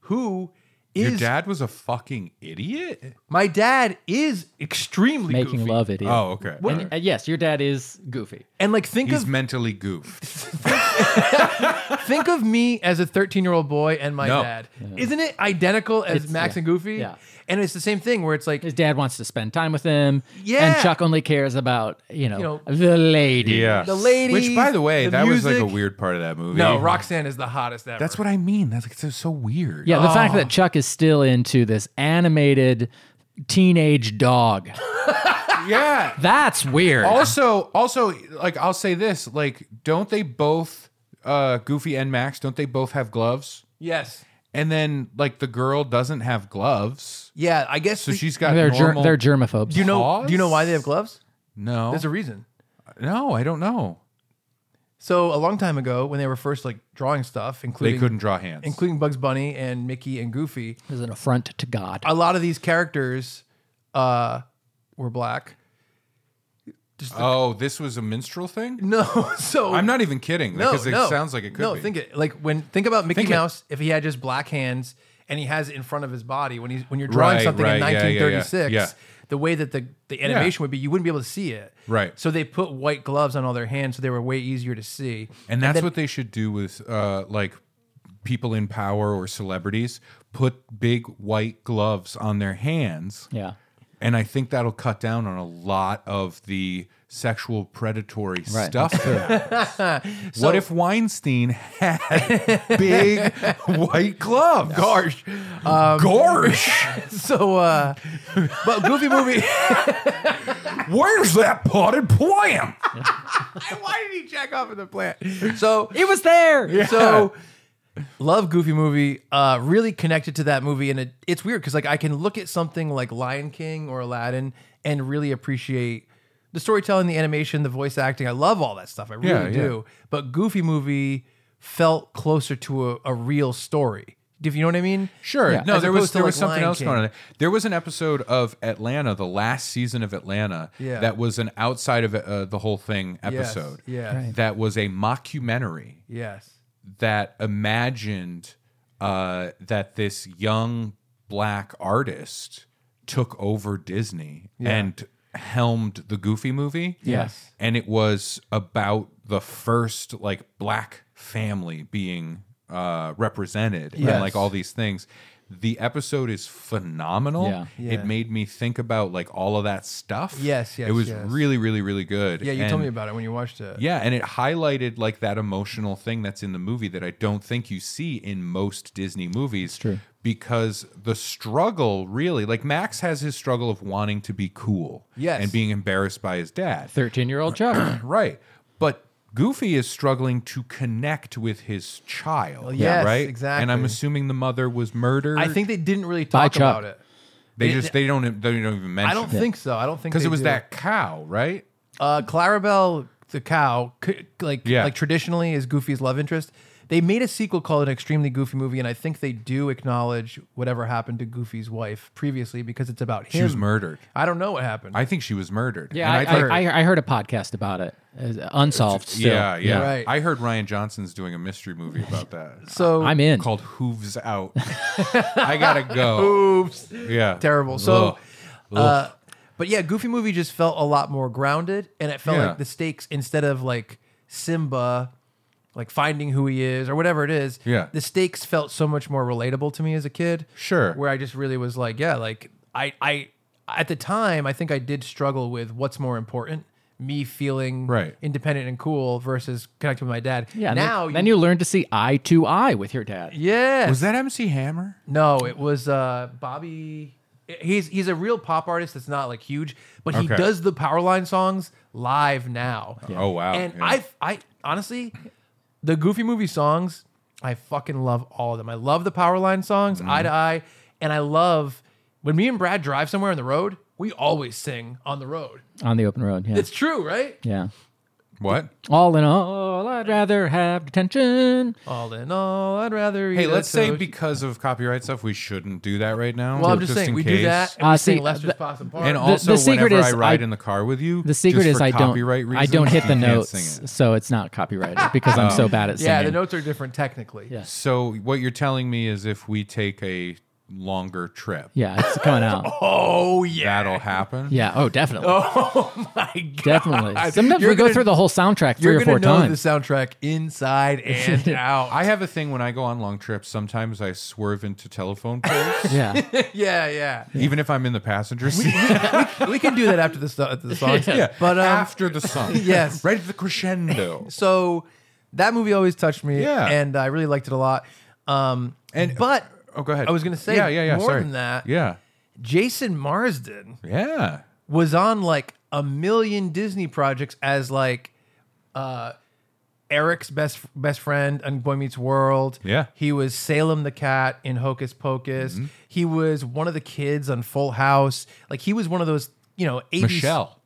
who is
Your dad was a fucking idiot.
my dad is extremely
Making
goofy.
love idiot.
Oh, okay.
And, and yes, your dad is goofy.
And like think
He's
of
mentally goofed.
Think of me as a 13 year old boy and my
No.
dad.
Yeah.
Isn't it identical as
It's-
Max
yeah.
and Goofy?
Yeah.
And it's the same thing where it's like
his dad wants to spend time with him.
Yeah.
And Chuck only cares about, you know,
You know,
the lady.
Yeah. Which, by the way,
the
that was like a
music.
weird part of that movie.
No, Roxanne is the hottest ever.
That's what I mean. That's like so, so weird.
Yeah, the fact
Oh.
that Chuck is still into this animated teenage dog.
yeah.
That's weird.
Also, also, like I'll say this: like, don't they both, uh, Goofy and Max, don't they both have gloves?
Yes.
And then, like, the girl doesn't have gloves.
Yeah, I guess
so.
the-
she's got
They're ger-
normal
they're germaphobes.
Do you know do you know why they have
paws?
gloves?
No,
There's a reason.
No, I don't know.
So a long time ago when they were first like drawing stuff, including
couldn't draw hands.
Including Bugs Bunny and Mickey and Goofy.
There's an affront to God.
A lot of these characters uh were black.
oh, this was a minstrel thing.
No, so
I'm not even kidding.
No,
because it
no.
sounds like it could
No,
be.
think it like when think about Mickey
Think it-
Mouse if he had just black hands and he has it in front of his body when he's when you're drawing
Right,
something in
right, yeah, yeah, yeah,
1936,
yeah.
the way that the the animation would be, you wouldn't be able to see it.
Right.
So they put white gloves on all their hands, so they were way easier to see.
And that's
then-
what they should do with uh, like people in power or celebrities put big white gloves on their hands.
Yeah.
And I think that'll cut down on a lot of the sexual predatory
Right.
stuff. that happens. what if Weinstein had big white gloves?
Gosh. Um, so, uh, but Goofy movie.
Where's that potted plant?
Why did he jack off in the plant? So
it was there.
So love Goofy movie. Uh, really connected to that movie, and it, it's weird because like I can look at something like Lion King or Aladdin and really appreciate the storytelling, the animation, the voice acting. I love all that stuff. I really
Yeah, yeah.
do. But Goofy movie felt closer to a, a real story. If you know what I mean?
Sure. No,
As
there was
opposed to,
there
like,
was something
Lion
else
King.
going on. there. There was an episode of Atlanta, the last season of Atlanta,
Yeah.
that was an outside of uh, the whole thing
Yes,
episode.
yes. Right.
That was a mockumentary
Yes.
that imagined uh, that this young black artist took over Disney
Yeah.
and helmed the Goofy movie.
Yes.
And it was about the first like black family being uh, represented
Yes.
and like all these things. The episode is phenomenal.
Yeah. Yeah.
It made me think about like all of that stuff.
Yes, yes,
It was
yes.
really, really, really good.
Yeah, you
And-
told me about it when you watched it.
yeah, and it highlighted like that emotional thing that's in the movie that I don't think you see in most Disney movies.
true.
Because the struggle really, like Max has his struggle of wanting to be cool.
Yes.
And being embarrassed by his dad.
13 year old Chuck.
right. But Goofy is struggling to connect with his child.
Oh, yes,
right? And I'm
exactly.
assuming the mother was murdered.
I think they didn't really
By
talk
Chuck.
about it.
they
It-
just they don't e, they don't even mention
I don't
it.
think so. I don't think
because it
they
was
do.
that cow, right?
Uh, Clarabelle the cow, c- like
Yeah.
like traditionally is Goofy's love interest. They made a sequel called An Extremely Goofy Movie, and I think they do acknowledge whatever happened to Goofy's wife previously because it's about him.
She was murdered.
I don't know what happened.
I think she was murdered.
Yeah, I,
And think-
I, I, I heard a podcast about it. It's Unsolved. still.
Yeah, yeah.
Right.
I heard Ryan Johnson's doing a mystery movie about that.
So- I'm in.
Called Hooves Out. I gotta go.
Oops.
Yeah.
Terrible. So,
Ugh.
uh, but yeah, Goofy movie just felt a lot more grounded, and it felt
Yeah.
like the stakes instead of like Simba, like finding who he is or whatever it is.
Yeah.
The stakes felt so much more relatable to me as a kid.
Sure.
Where I just really was like, yeah, like I, I, at the time, I think I did struggle with what's more important. Me feeling
Right.
independent and cool versus connecting with my dad.
Yeah, and then-
now
then, you learn to see eye to eye with your dad.
Yeah.
Was that MC Hammer?
No, it was uh, Bobby. He's he's a real pop artist that's not like huge, but he
Okay.
does the Powerline songs live now.
Yeah. Oh, wow.
And
Yeah.
I I honestly, the Goofy movie songs, I fucking love all of them. I love the Powerline songs,
Mm-hmm.
Eye to Eye, and I love when me and Brad drive somewhere on the road. We always sing on the road.
On the open road. Yeah.
It's true, right?
yeah.
What?
All in all, I'd rather have detention.
All in all, I'd rather.
Hey,
eat a
let's say
toast.
because of copyright stuff, we shouldn't do that right now.
Well, I'm just saying,
in
we do
case.
that, and we Uh, sing see, Lester's the- Possum Park.
And
the-
also,
the secret
whenever
is
I ride
I-
in the car with you,
The secret
just
is
for
I don't.
copyright
I
reasons,
don't hit
you
the
can't sing
notes,
it.
so it's not copyrighted because I'm
Oh.
so bad at singing.
yeah, the notes are different technically.
Yeah.
So what you're telling me is if we take a longer trip,
Yeah, it's coming out.
oh yeah,
that'll happen.
Yeah. Oh, definitely.
Oh my god.
Definitely. Sometimes
You're
we go
gonna-
through the whole soundtrack three
you're
or
gonna
four
know
times.
The soundtrack inside and out.
I have a thing when I go on long trips. Sometimes I swerve into telephone poles.
yeah.
yeah, yeah.
Even if I'm in the passenger seat.
We can do that after the, sto- after the songs.
Yeah.
But um,
after the song.
Yes.
Right at the crescendo.
so that movie always touched me.
Yeah.
And I really liked it a lot. Um, and but
oh, go ahead.
I was gonna say
Yeah, yeah, yeah.
more
sorry.
than that.
Yeah.
Jason Marsden
Yeah.
was on like a million Disney projects as like uh Eric's best best friend on Boy Meets World.
Yeah. Mm-hmm.
He was Salem the cat in Hocus Pocus. He was one of the kids on Full House. Like he was one of those, you know, 80s
Michelle.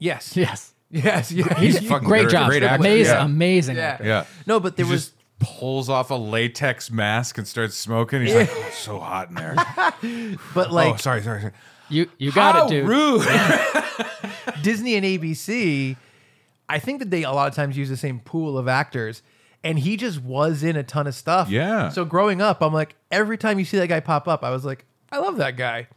Yes.
Yes.
Yes. yes.
He's fucking great job.
Great actor.
Amazing.
Yeah.
Amazing.
Yeah.
actor.
Yeah.
No, but there
He
was-
just pulls off a latex mask and starts smoking. He's like, oh, it's so hot in there.
But like
oh, sorry, sorry, sorry.
You you got
How
it, dude.
rude. Disney and ABC, I think that they a lot of times use the same pool of actors, and he just was in a ton of stuff.
Yeah.
So growing up, I'm like, every time you see that guy pop up, I was like, I love that guy.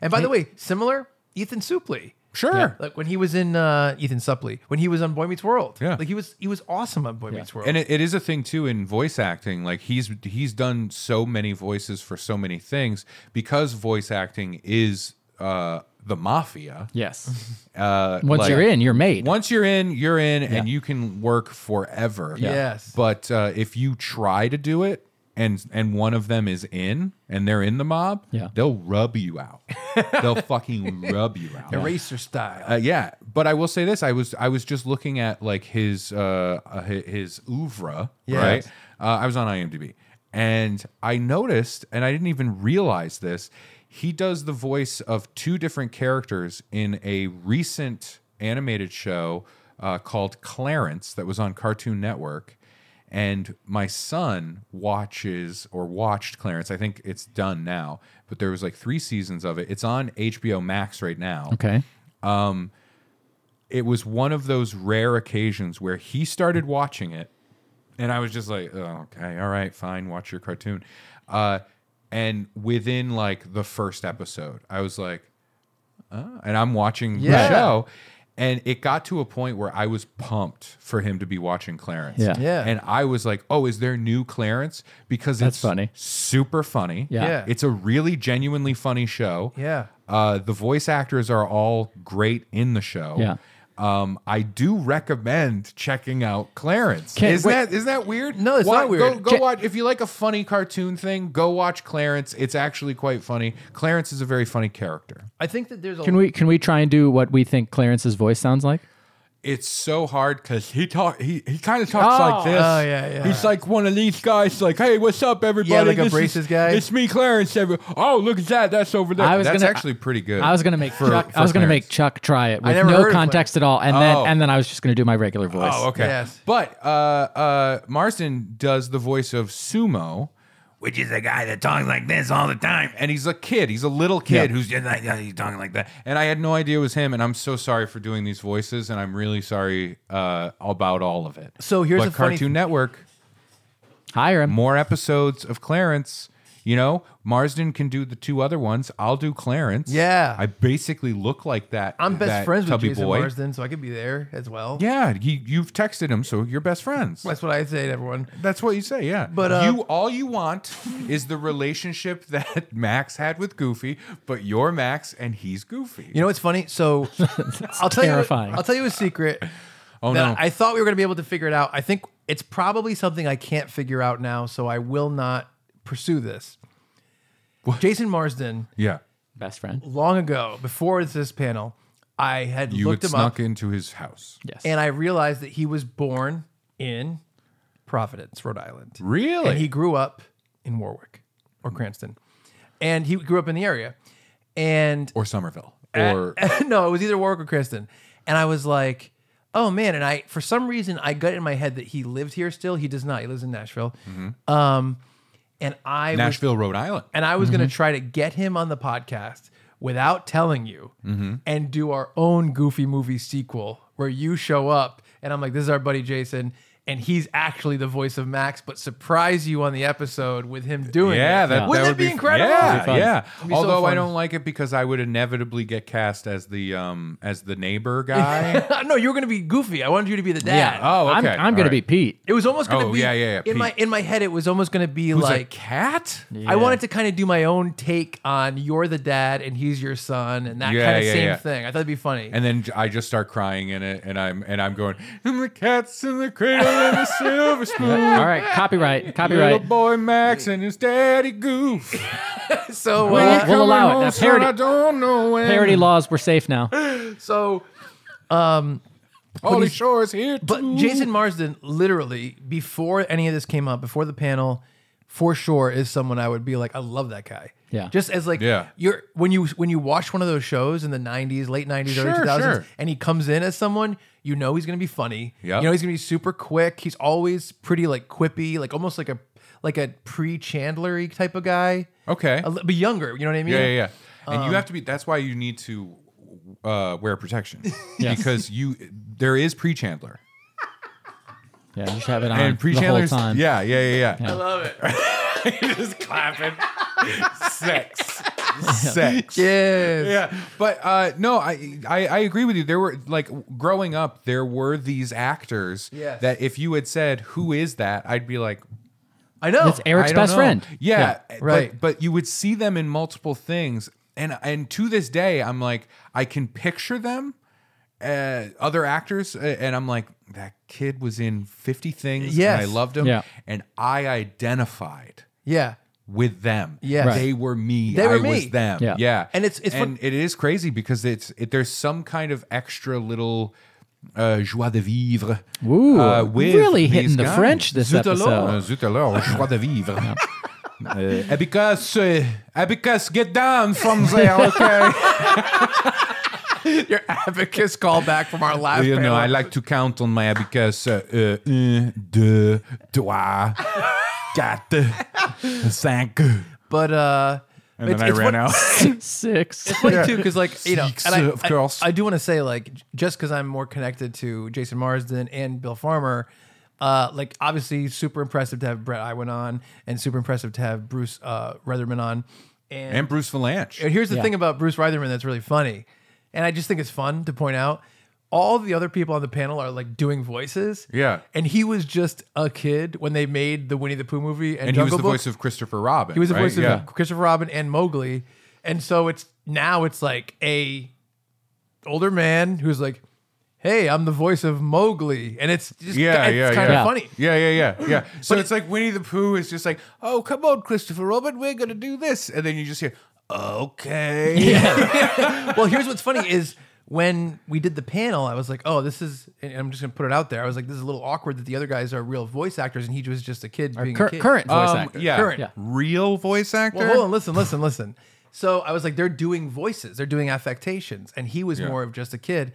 And by the way, similar Ethan Supley.
Sure.
Yeah. Like when he was in uh, Ethan Supley, when he was on Boy Meets World.
Yeah.
Like he was he was awesome on Boy Meets World.
And it, it is a thing too in voice acting. Like he's he's done so many voices for so many things because voice acting is uh, the mafia.
Yes.
Uh,
Once
like-
you're in, you're made.
Once you're in, you're in, and you can work forever.
Yeah. Yes.
But uh, if you try to do it, and and one of them is in, and they're in the mob,
Yeah.
they'll rub you out. they'll fucking rub you out.
Eraser style.
Uh, yeah, but I will say this: I was I was just looking at like his uh, uh hi- his oeuvre,
Yes.
right? Uh, I was on IMDb, and I noticed, and I didn't even realize this. He does the voice of two different characters in a recent animated show uh, called Clarence that was on Cartoon Network. And my son watches or watched Clarence. I think it's done now, but there was like three seasons of it. It's on HBO Max right now
Okay.
um, it was one of those rare occasions where he started watching it, and I was just like, oh, okay, all right, fine, watch your cartoon. Uh, and within like the first episode, I was like, oh, and I'm watching
Yeah.
the show. And it got to a point where I was pumped for him to be watching Clarence.
Yeah.
Yeah.
And I was like, oh, is there new Clarence? Because
That's
it's
funny.
super funny.
Yeah.
Yeah.
It's a really genuinely funny show.
Yeah.
Uh, the voice actors are all great in the show.
Yeah.
Um, I do recommend checking out Clarence.
Can-
isn't
wait.
that isn't that weird?
No, it's
Wa-
not
Go,
weird.
go
Can-
watch if you like a funny cartoon thing. Go watch Clarence. It's actually quite funny. Clarence is a very funny character.
I think that there's a
Can we can we try and do what we think Clarence's voice sounds like?
It's so hard because he talk he, he kind of talks
Oh.
like this.
Oh, yeah, yeah.
He's like one of these guys. Like, hey, what's up, everybody?
like a
This is-
braces guy?
It's me, Clarence. Every- oh, look at that. That's over there.
I was
That's
gonna-
actually pretty good.
I was gonna make
for-
Chuck,
for
I was gonna
Clarence.
make Chuck try it
I
with
never heard
no
of
context at all, and
Oh.
then and then I was just gonna do my regular voice.
Oh, okay. But uh, uh, Marston does the voice of Sumo, which is a guy that talks like this all the time. And he's a kid. He's a little kid
Yeah.
who's just like, "Yeah, he's talking like that. And I had no idea it was him. And I'm so sorry for doing these voices. And I'm really sorry uh, about all of it.
So here's
but
a funny-
Cartoon Network.
Hire him.
More episodes of Clarence. You know, Marsden can do the two other ones. I'll do Clarence.
Yeah.
I basically look like that.
I'm best
that
friends with
tubby
Jason
boy.
Marsden, so I could be there as well.
Yeah, you, you've texted him, so you're best friends.
That's what I say to everyone.
That's what you say, yeah.
But uh,
you all you want is the relationship that Max had with Goofy, but you're Max and he's Goofy.
You know what's funny? So I'll tell
terrifying.
you. I'll tell you a secret.
Oh,
that
no.
I thought we were going to be able to figure it out. I think it's probably something I can't figure out now, so I will not pursue this. Jason Marsden,
Yeah,
best friend.
long ago, before this panel, I had
You
looked
had
him
snuck
up
into his house.
and I realized that he was born in Providence, Rhode Island.
Really?
And he grew up in Warwick or Cranston. And he grew up in the area. And
or Somerville.
Or no, it was either Warwick or Cranston. And I was like, oh man. And I for some reason I got in my head that he lived here still. He does not. He lives in Nashville. Um and I was-
Mm-hmm. Nashville, Rhode Island. Mm-hmm.
And I was gonna try to get him on the podcast without telling you
Mhm.
and do our own goofy movie sequel where you show up and I'm like, this is our buddy Jason. And he's actually the voice of Max, but surprise you on the episode with him doing
yeah,
it.
that,
wouldn't
that
it
would
be, incredible?
Yeah, yeah.
It'd be so
Although I
fun.
don't like it because I would inevitably get cast as the um as the neighbor guy.
no, you were gonna be goofy. I wanted you to be the dad.
Oh, okay.
I'm gonna be Pete.
It was almost gonna
Oh,
be
yeah, yeah, yeah,
in my in my head. It was almost gonna be
Who's a
like
cat.
I wanted to kind of do my own take on you're the dad and he's your son and that
Yeah,
kind of
yeah,
same
yeah.
thing. I thought it'd be funny.
And then j- I just start crying in it, and I'm and I'm going, and the cat's in the cradle and the silver spoon.
All right, copyright,
Little
copyright.
boy Max and his daddy Goof.
so
We'll-
uh,
we'll allow it. Now, parody-
don't know when.
Parody laws, we're safe now.
So, um,
Pauly
but he's-
Shore is here.
But
too.
Jason Marsden, literally, before any of this came up, before the panel, for sure is someone I would be like, I love that guy.
Yeah.
Just as like
Yeah.
you're when you when you watch one of those shows in the '90s, late '90s, early
Sure,
2000s,
sure.
and he comes in as someone, you know he's gonna be funny.
Yep.
You know he's gonna be super quick. He's always pretty like quippy, like almost like a like a pre Chandlery type of guy.
Okay.
A li- but younger. You know what I mean?
Yeah, yeah, yeah. And
Um,
you have to be. That's why you need to uh, wear protection
Yes.
because you there is pre Chandler
Yeah, you should have it on
and pre
the whole
Chandler's.
time.
Yeah, yeah, yeah, yeah.
Yeah. I
love it.
Just clapping. Sex.
Sex.
Yes.
Yeah. But uh, no, I, I I agree with you. There were like growing up, there were these actors
Yes.
that if you had said who is that, I'd be like,
I know.
It's Eric's
I don't
best
know.
friend.
Yeah,
Yeah.
right.
Right.
But, you would see them in multiple things, and and to this day, I'm like, I can picture them, uh, other actors, uh, and I'm like, that kid was in 50 things. and I
Yes.
loved him.
Yeah.
and I identified
Yeah.
with them.
Yes.
they were me.
They were
I
me.
was them.
Yeah.
Yeah,
And it's- it's fun-
and it is crazy because it's it, there's some kind of extra little. Uh, joie de vivre.
Ooh,
uh, with
really
these
hitting the
guys.
French this
Zut alors.
episode.
Zut alors, joie de vivre. Uh, Abacus, uh, Abacus, get down from there, okay?
Your abacus callback from our last
you know,
panel.
I like to count on my abacus. Uh, uh, un, deux, trois, quatre, cinq.
But uh,
And then I ran out.
Six.
It's funny too, because like you know,
Six,
and I,
of
I-
course.
I, do want to say like j- just because I'm more connected to Jason Marsden and Bill Farmer, uh, like obviously super impressive to have Brett Iwan on, and super impressive to have Bruce uh, Retherman on, and,
And Bruce Valanche.
And here's the
Yeah.
thing about Bruce Retherman that's really funny, and I just think it's fun to point out. All the other people on the panel are like doing voices.
Yeah.
And he was just a kid when they made the Winnie the Pooh movie. And,
And he was
Jungle
the
Book.
voice of Christopher Robin,
He was the
right?
voice of uh,
Yeah.
Christopher Robin and Mowgli. And so it's now it's like a older man who's like, "Hey, I'm the voice of Mowgli," and it's just
Yeah,
it's
yeah,
kind
yeah.
of funny.
Yeah, yeah, yeah, yeah. So it's like Winnie the Pooh is just like, oh, come on, Christopher Robin, we're going to do this. And then you just hear, okay.
well, here's what's funny is when we did the panel, I was like, oh, this is, and I'm just going to put it out there. I was like, this is a little awkward that the other guys are real voice actors and he was just a kid being
cur-
a kid.
current voice Um, actor. yeah.
Current.
Yeah. Real voice actor?
Well, hold on, listen, listen, listen. So I was like, they're doing voices, they're doing affectations. And he was
Yeah.
more of just a kid.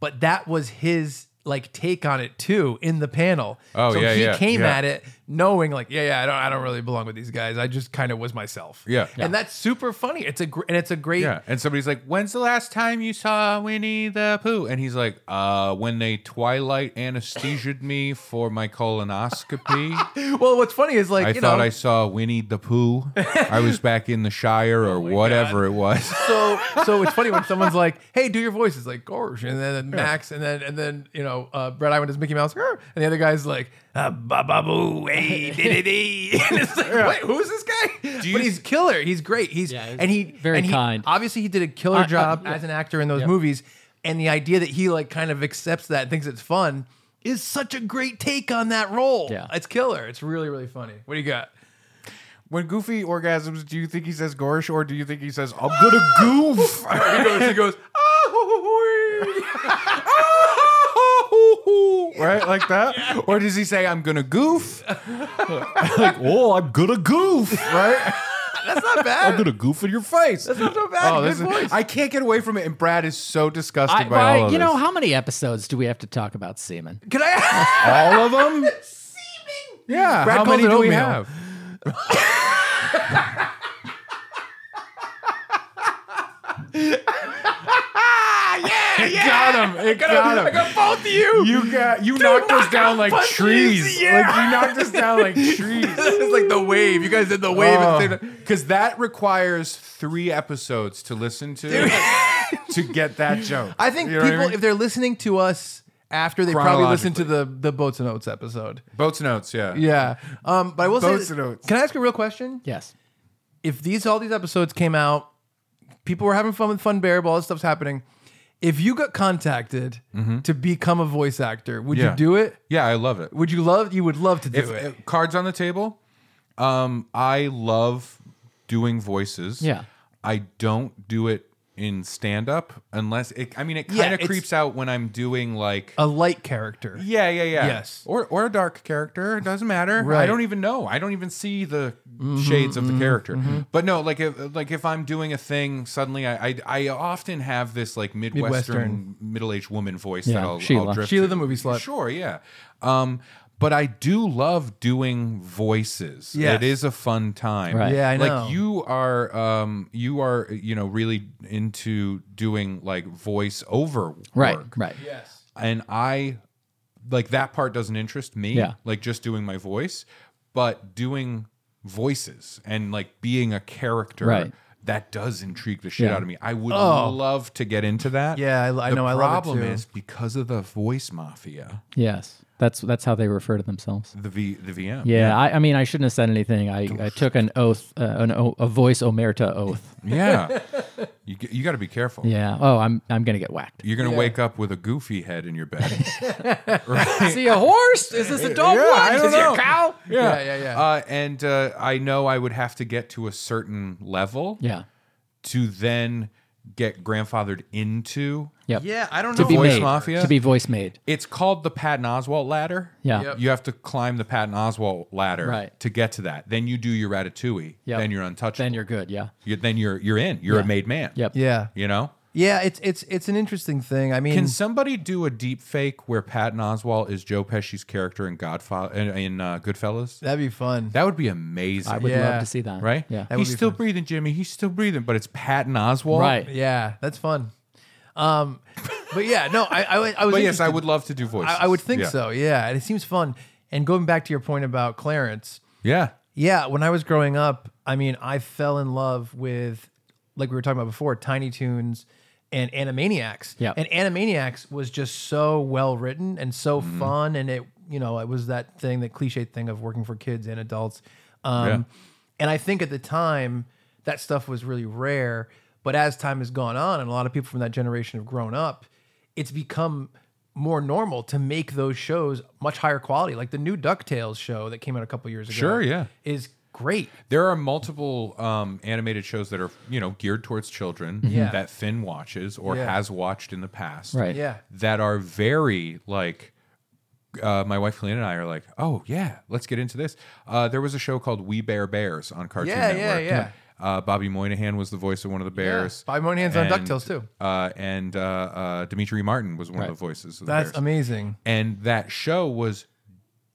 But that was his like take on it too in the panel.
Oh,
so
yeah,
he
yeah,
came
yeah.
at it knowing like, yeah, yeah, I don't I don't really belong with these guys. I just kind of was myself.
Yeah. Yeah.
And that's super funny. It's a gr- and it's a great
Yeah, and somebody's like, "When's the last time you saw Winnie the Pooh?" And he's like, "Uh, when they twilight anesthesia'd me for my colonoscopy."
Well, what's funny is like
I
you
thought
know,
I saw Winnie the Pooh. I was back in the Shire
Oh
or whatever it was.
so so it's funny when someone's like, "Hey, do your voices," like "Gorge," and then Max, and then and then you know uh, Brett Iwan does Mickey Mouse, "Grr," and the other guy's like, uh, "Ba ba boo, hey, dee dee dee," and it's like, "Wait, who's this guy?" but he's killer. He's great. He's and he
very
and he-
kind.
obviously, he did a killer
I- I-
job
yeah.
as an actor in those movies, and the idea that he like kind of accepts that and thinks it's fun is such a great take on that role. Yeah, it's killer. It's really really funny. What do you got?
When Goofy orgasms, do you think he says "gorsh" or do you think he says "I'm gonna goof"?
he goes, he goes,
oh, right like that, or does he say "I'm gonna goof"? like, oh, I'm gonna goof, right?
That's not bad.
I'm gonna goof in your face. That's
not so
bad. Good
Oh, this is-
voice.
I can't get away from it, and Brad is so disgusted
I-
by
why-
all of
you know
this.
how many episodes do we have to talk about semen?
Can I?
all of them. Yeah.
Brad
how
calls
many
it
do we
oatmeal.
have?
yeah,
yeah. Got him. It
got
got him.
I got both of you.
You got you knocked us down like
punches,
trees.
yeah.
Like you knocked us down like trees. Oh,
it's like the wave. You guys did the wave at the same time.
Because that requires three episodes to listen to to get that joke.
I think
You know what
people, if they're listening to us after, they probably listen to the the boats and oats episode.
Boats and Oats, yeah.
Yeah, um, but I will
Boats
say,
and Oats.
can I ask a real question?
Yes.
If these all these episodes came out, people were having fun with Fun Bearable. All this stuff's happening. If you got contacted to become a voice actor, would
Mm-hmm. Yeah.
you do it?
Yeah, I love it.
Would you love? You would love to do
If-
it.
uh, cards on the table. Um, I love doing voices.
Yeah.
I don't do it in stand up unless it, I mean, it
Yeah,
kind of
it's-
creeps out when I'm doing like
a light character.
Yeah, yeah, yeah.
Yes.
Or or a dark character. It doesn't matter.
Right.
I don't even know. I don't even see the shades of the
mhm,
character.
mhm.
But no, like if like if I'm doing a thing, suddenly I I, I often have this like
Midwestern.
midwestern, middle aged woman voice
Yeah,
that I'll,
Sheila.
I'll drift
Sheila
to.
the movie slut.
Sure, yeah. Um but I do love doing voices.
Yes.
It is a fun time.
Right. Yeah, I know.
Like you are um you are, you know, really into doing like voice over
Right,
work
right.
Yes.
and I like that part doesn't interest me.
Yeah.
Like just doing my voice, but doing voices and like being a character
Right.
that does intrigue the shit
Yeah.
out of me. I would
Oh.
love to get into that.
Yeah, I- I
the
know, I love it
problem
too.
is because of the voice mafia,
Yes. That's that's how they refer to themselves.
the v, the VM.
Yeah, I, I mean, I shouldn't have said anything. I, I took an oath, uh, an o- a voice omerta oath.
yeah. You g- you got to be careful.
Yeah. Oh, I'm I'm gonna get whacked.
You're gonna
Yeah.
wake up with a goofy head in your bed.
Is he a horse? Is this a dog?
Yeah,
What?
I don't
Is he
know.
a cow?
Yeah, yeah, yeah. Uh, and uh, I know I would have to get to a certain level.
Yeah.
To then get grandfathered into.
Yep.
Yeah, I don't
To
know.
be
voice
made.
mafia.
To be voice made.
It's called the Patton Oswalt ladder.
Yeah. Yep.
You have to climb the Patton Oswalt ladder
Right.
to get to that. Then you do your ratatouille.
Yep.
Then you're untouchable. Then
you're good. Yeah.
then you're you're in. You're
Yeah.
a made man.
Yep.
Yeah.
You know.
Yeah, it's it's it's an interesting thing. I mean,
Can somebody do a deep fake where Patton Oswalt is Joe Pesci's character in Godfather in, in uh, Goodfellas?
That'd be fun.
That would be amazing.
I would love to see that.
Right?
Yeah.
He's still breathing, Jimmy. He's still breathing, but it's Patton Oswalt.
Yeah, that's fun. Um, but yeah, no, I, I, was- I was.
But yes, I
interested.
would love to do voices.
I, I would think
Yeah.
so. Yeah, and it seems fun. And going back to your point about Clarence,
Yeah.
yeah, when I was growing up, I mean, I fell in love with, like we were talking about before, Tiny Toons and Animaniacs.
Yeah.
And Animaniacs was just so well written and so
Mm-hmm.
fun. And it, you know, it was that thing, that cliche thing of working for kids and adults. Um,
Yeah.
And I think at the time, that stuff was really rare. But as time has gone on, and a lot of people from that generation have grown up, it's become more normal to make those shows much higher quality. Like the new DuckTales show that came out a couple years ago.
Sure, yeah.
Is great.
There are multiple um, animated shows that are you know geared towards children
Mhm. Yeah.
that Finn watches or
Yeah.
has watched in the past,
Right. Yeah.
That are very like. Uh, my wife Helena and I are like, oh yeah, let's get into this. Uh, there was a show called We Bear Bears on Cartoon
Yeah, yeah,
Network.
yeah.
Uh, Bobby Moynihan was the voice of one of the bears.
Bobby Moynihan's on DuckTales, too.
Uh, and uh, uh, Dimitri Martin was one
Right.
of the voices. Of
That's
the bears.
amazing.
And that show was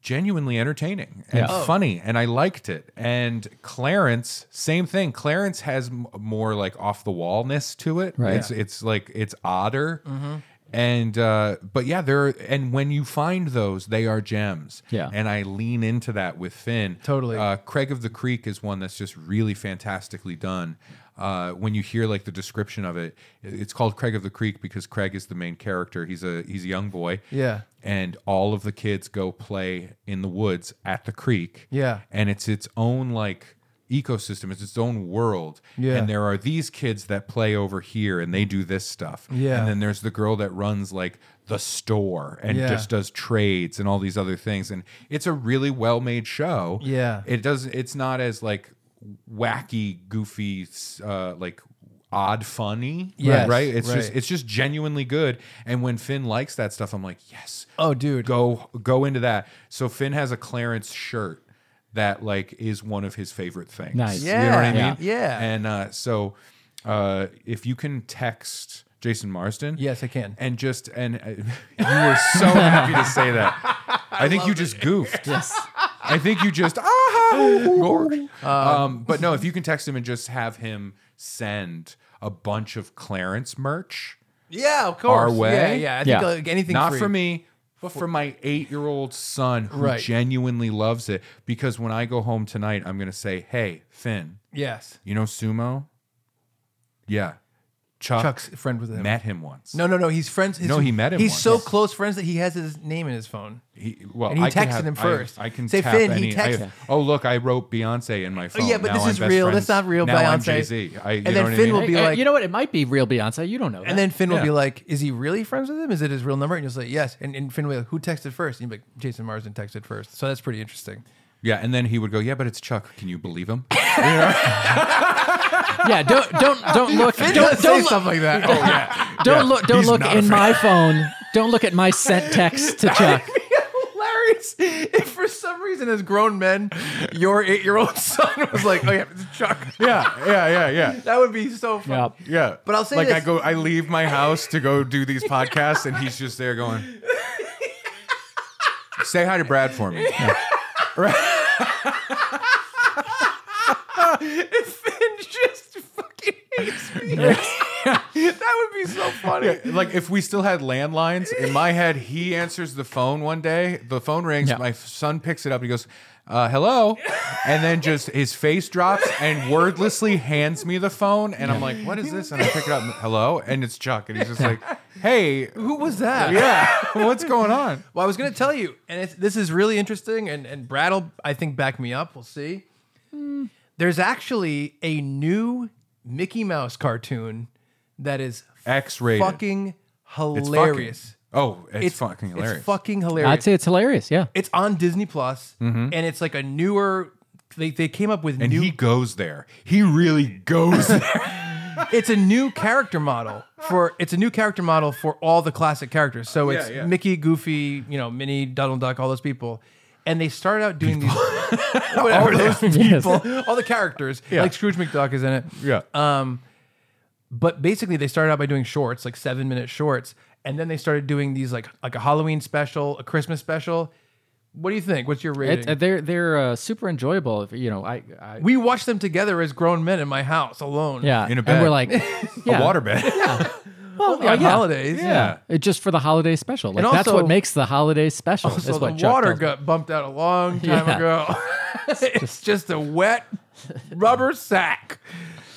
genuinely entertaining and
Yeah. Oh.
funny, and I liked it. And Clarence, same thing. Clarence has m- more like off the wallness to it.
Right.
It's
Yeah.
it's like it's odder.
Mhm.
And uh, but yeah, there and when you find those, they are gems.
Yeah.
and I lean into that with Finn. Totally. Uh, Craig of the Creek is one that's just really fantastically done. Uh, when you hear like the description of it, it's called Craig of the Creek because Craig is the main character. He's a he's a young boy.
Yeah.
and all of the kids go play in the woods at the creek.
Yeah.
and it's its own like ecosystem. It's its own world.
Yeah.
and there are these kids that play over here and they do this stuff.
Yeah.
and then there's the girl that runs like the store and
Yeah.
just does trades and all these other things. And it's a really well made show.
Yeah.
It does it's not as like wacky, goofy, uh, like odd funny.
Yes,
Right. It's just
right.
it's just genuinely good. And when Finn likes that stuff, I'm like, yes.
Oh, dude.
Go go into that. So Finn has a Clarence shirt that like is one of his favorite things.
Nice.
You know what I
Yeah.
mean?
Yeah.
And uh, so uh, if you can text Jason Marsden.
Yes, I can.
And just and uh, you were so happy to say that. I, think you just goofed.
Yes.
I think you just ah gorge.
Um,
Um, but no, if you can text him and just have him send a bunch of Clarence merch.
Yeah, of course.
Our way.
Yeah, yeah. I think, Yeah. like, anything
not
free.
for me, but for my eight-year-old son who
Right.
genuinely loves it. Because when I go home tonight, I'm gonna say, "Hey, Finn.
Yes.
you know sumo. Yeah, Chuck.
Chuck's friend with him.
Met him once.
No, no, no. He's friends. His,
No, he met him
He's
once.
so close friends that he has his name in his phone.
He, well,
and he
I could
texted
have-
him
I-
first.
I, can
say
tap
Finn.
any-
he
I-
texted.
oh, look, I wrote Beyonce in my
Oh,
phone.
yeah, but
Now
this
I'm
is
best
real.
friends.
That's not real
Now I'm
Beyonce.
Jay Z. I, you
And
know
then
what I
Finn
mean?
will be
Hey,
like-
you know what? It might be real Beyonce. You don't know.
And then Finn will
Yeah.
be like, "Is he really friends with him? Is it his real number?" And you'll say, "Yes." And, and Finn will be like, "Who texted first? And you'll be like, "Jason Marsden texted first. So that's pretty interesting.
Yeah, and then he would go, "Yeah, but it's Chuck. Can you believe him?"
yeah, don't don't don't look.
"Oh, Finn
don't
does
don't
say
look,
stuff like that. Oh,
Don't,
yeah.
don't
Yeah.
look. Don't
He's
look
not a
in
fan.
my phone. Don't look at my sent text to Chuck.
hilarious if for some reason as grown men your eight-year-old son was like oh yeah it's chuck
yeah yeah yeah yeah
that would be so fun
Yeah,
But I'll say
like
this-
I go, I leave my house to go do these podcasts, and he's just there going, "Say hi to Brad for me."
if Finn just fucking hates me that would be so funny
Yeah, like if we still had landlines in my head, he answers the phone one day. The phone rings. My son picks it up. He goes, uh, "Hello," and then just his face drops and wordlessly hands me the phone. And I'm like, "What is this?" And I pick it up. and, Hello, and it's Chuck. And he's just like, "Hey,
who was that
Yeah, what's going on
well i was going to tell you and it's, this is really interesting and, and brad will i think back me up we'll see there's actually a new mickey mouse cartoon that is
X-rated.
fucking
It's fucking-
hilarious
Oh, it's, fucking hilarious.
It's fucking hilarious.
I'd say it's hilarious. Yeah.
It's on Disney Plus,
Mhm.
and it's like a newer. They, they came up with
and
new.
he goes there. He really goes there.
it's a new character model for. It's a new character model for all the classic characters. So
Yeah,
it's
yeah.
Mickey, Goofy, you know, Minnie, Donald Duck, all those people. And they started out doing these.
All
whatever,
those
those
Yes.
people, all the characters.
Yeah.
Like Scrooge McDuck is in it.
Yeah.
Um, but basically they started out by doing shorts, like seven minute shorts, and then they started doing these like like a Halloween special, a Christmas special. What do you think? What's your rating?
It, uh, they're they're uh, super enjoyable. If, you know, I, I
we watched them together as grown men in my house alone.
yeah, and we're like yeah.
Yeah.
Well,
Only on holidays, Oh, yeah.
It just for the holiday special. Like
And
that's
also-
what makes the holiday special.
Also, the
is what Chuck
water
does.
got bumped out a long time
Yeah.
ago. it's just, a wet rubber sack.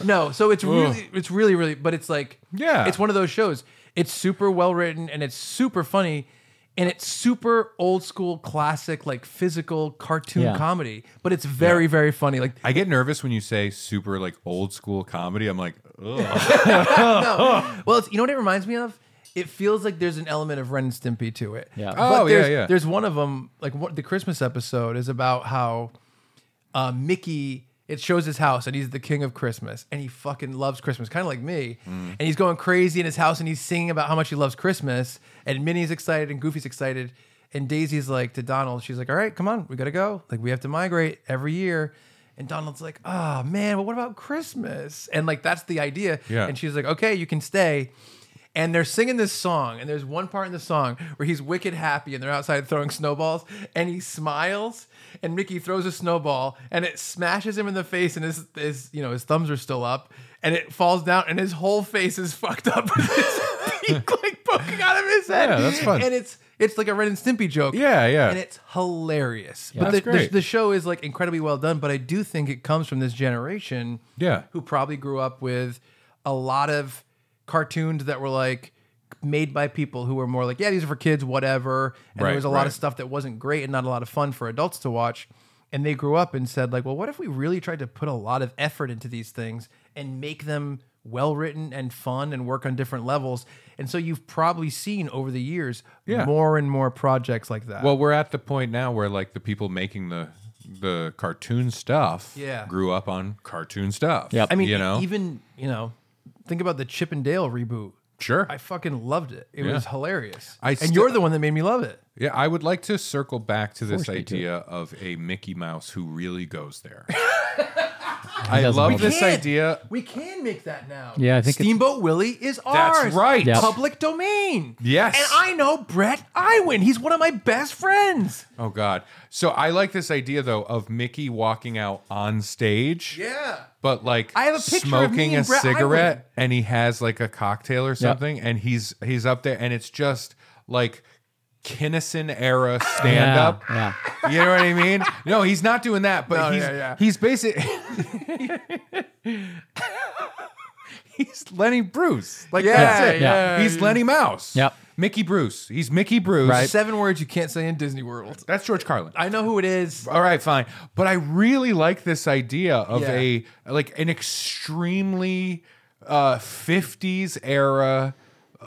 No, so it's
Ugh.
really, it's really, really, but it's like,
Yeah.
it's one of those shows. It's super well written and it's super funny, and it's super old school classic, like physical cartoon
Yeah.
comedy. But it's very, very funny. Like
I get nervous when you say super like old school comedy. I'm like,
No. Well, it's, you know what it reminds me of? It feels like there's an element of Ren and Stimpy to it.
Yeah.
But
Oh, yeah,
there's,
yeah.
There's one of them, like what, the Christmas episode is about how uh, Mickey. It shows his house, and he's the king of Christmas, and he fucking loves Christmas, kind of like me.
Mm.
And he's going crazy in his house, and he's singing about how much he loves Christmas. And Minnie's excited, and Goofy's excited, and Daisy's like to Donald, she's like, "All right, come on, we gotta go. Like we have to migrate every year." And Donald's like, "Ah, man, but what about Christmas?" And like that's the idea.
Yeah.
And she's like, "Okay, you can stay." and they're singing this song and there's one part in the song where he's wicked happy and they're outside throwing snowballs and he smiles and mickey throws a snowball and it smashes him in the face and his, his you know his thumbs are still up and it falls down and his whole face is fucked up with his beak like poking out of his head
Yeah, that's fun.
and it's it's like a red and stimpy joke
Yeah, yeah.
and it's hilarious
Yeah.
but
That's
the,
great.
The, the show is like incredibly well done but i do think it comes from this generation
Yeah.
who probably grew up with a lot of cartoons that were like made by people who were more like, yeah, these are for kids, whatever. And
Right,
there was a lot
right.
of stuff that wasn't great and not a lot of fun for adults to watch. And they grew up and said, like, well, what if we really tried to put a lot of effort into these things and make them well written and fun and work on different levels? And so you've probably seen over the years
Yeah.
more and more projects like that.
Well, we're at the point now where like the people making the the cartoon stuff
Yeah.
grew up on cartoon stuff.
I mean, e-
you know,
even, you know, think about the Chip and Dale reboot.
Sure.
I fucking loved it. It
Yeah.
was hilarious.
I
and
sti-
you're the one that made me love it.
Yeah, I would like to circle back to this
Forced me to.
idea of a Mickey Mouse who really goes there.
He
I
does
love
love
this
it. We can't.
idea.
We can make that now.
Yeah, I think it's-
Steamboat Willie is
That's
ours.
right. Yep.
Public domain.
Yes.
And I know Brett Iwin. He's one of my best friends.
Oh God! So I like this idea though of Mickey walking out on stage.
Yeah.
But like,
I have a picture of
smoking
me
a
and Brett
cigarette, and he has like a cocktail or something, and he's he's up there, and it's just like Kinnison era stand up.
Yeah.
You know what I mean? No, he's not doing that, but
No,
he's
yeah, yeah.
he's basically he's Lenny Bruce. Like
Yeah,
that's it.
yeah.
He's Lenny Mouse. Yep. Mickey Bruce. He's Mickey Bruce.
Seven words you can't say in Disney World.
That's George Carlin.
I know who it is.
All right, fine. But I really like this idea of
Yeah.
a like an extremely uh 50s era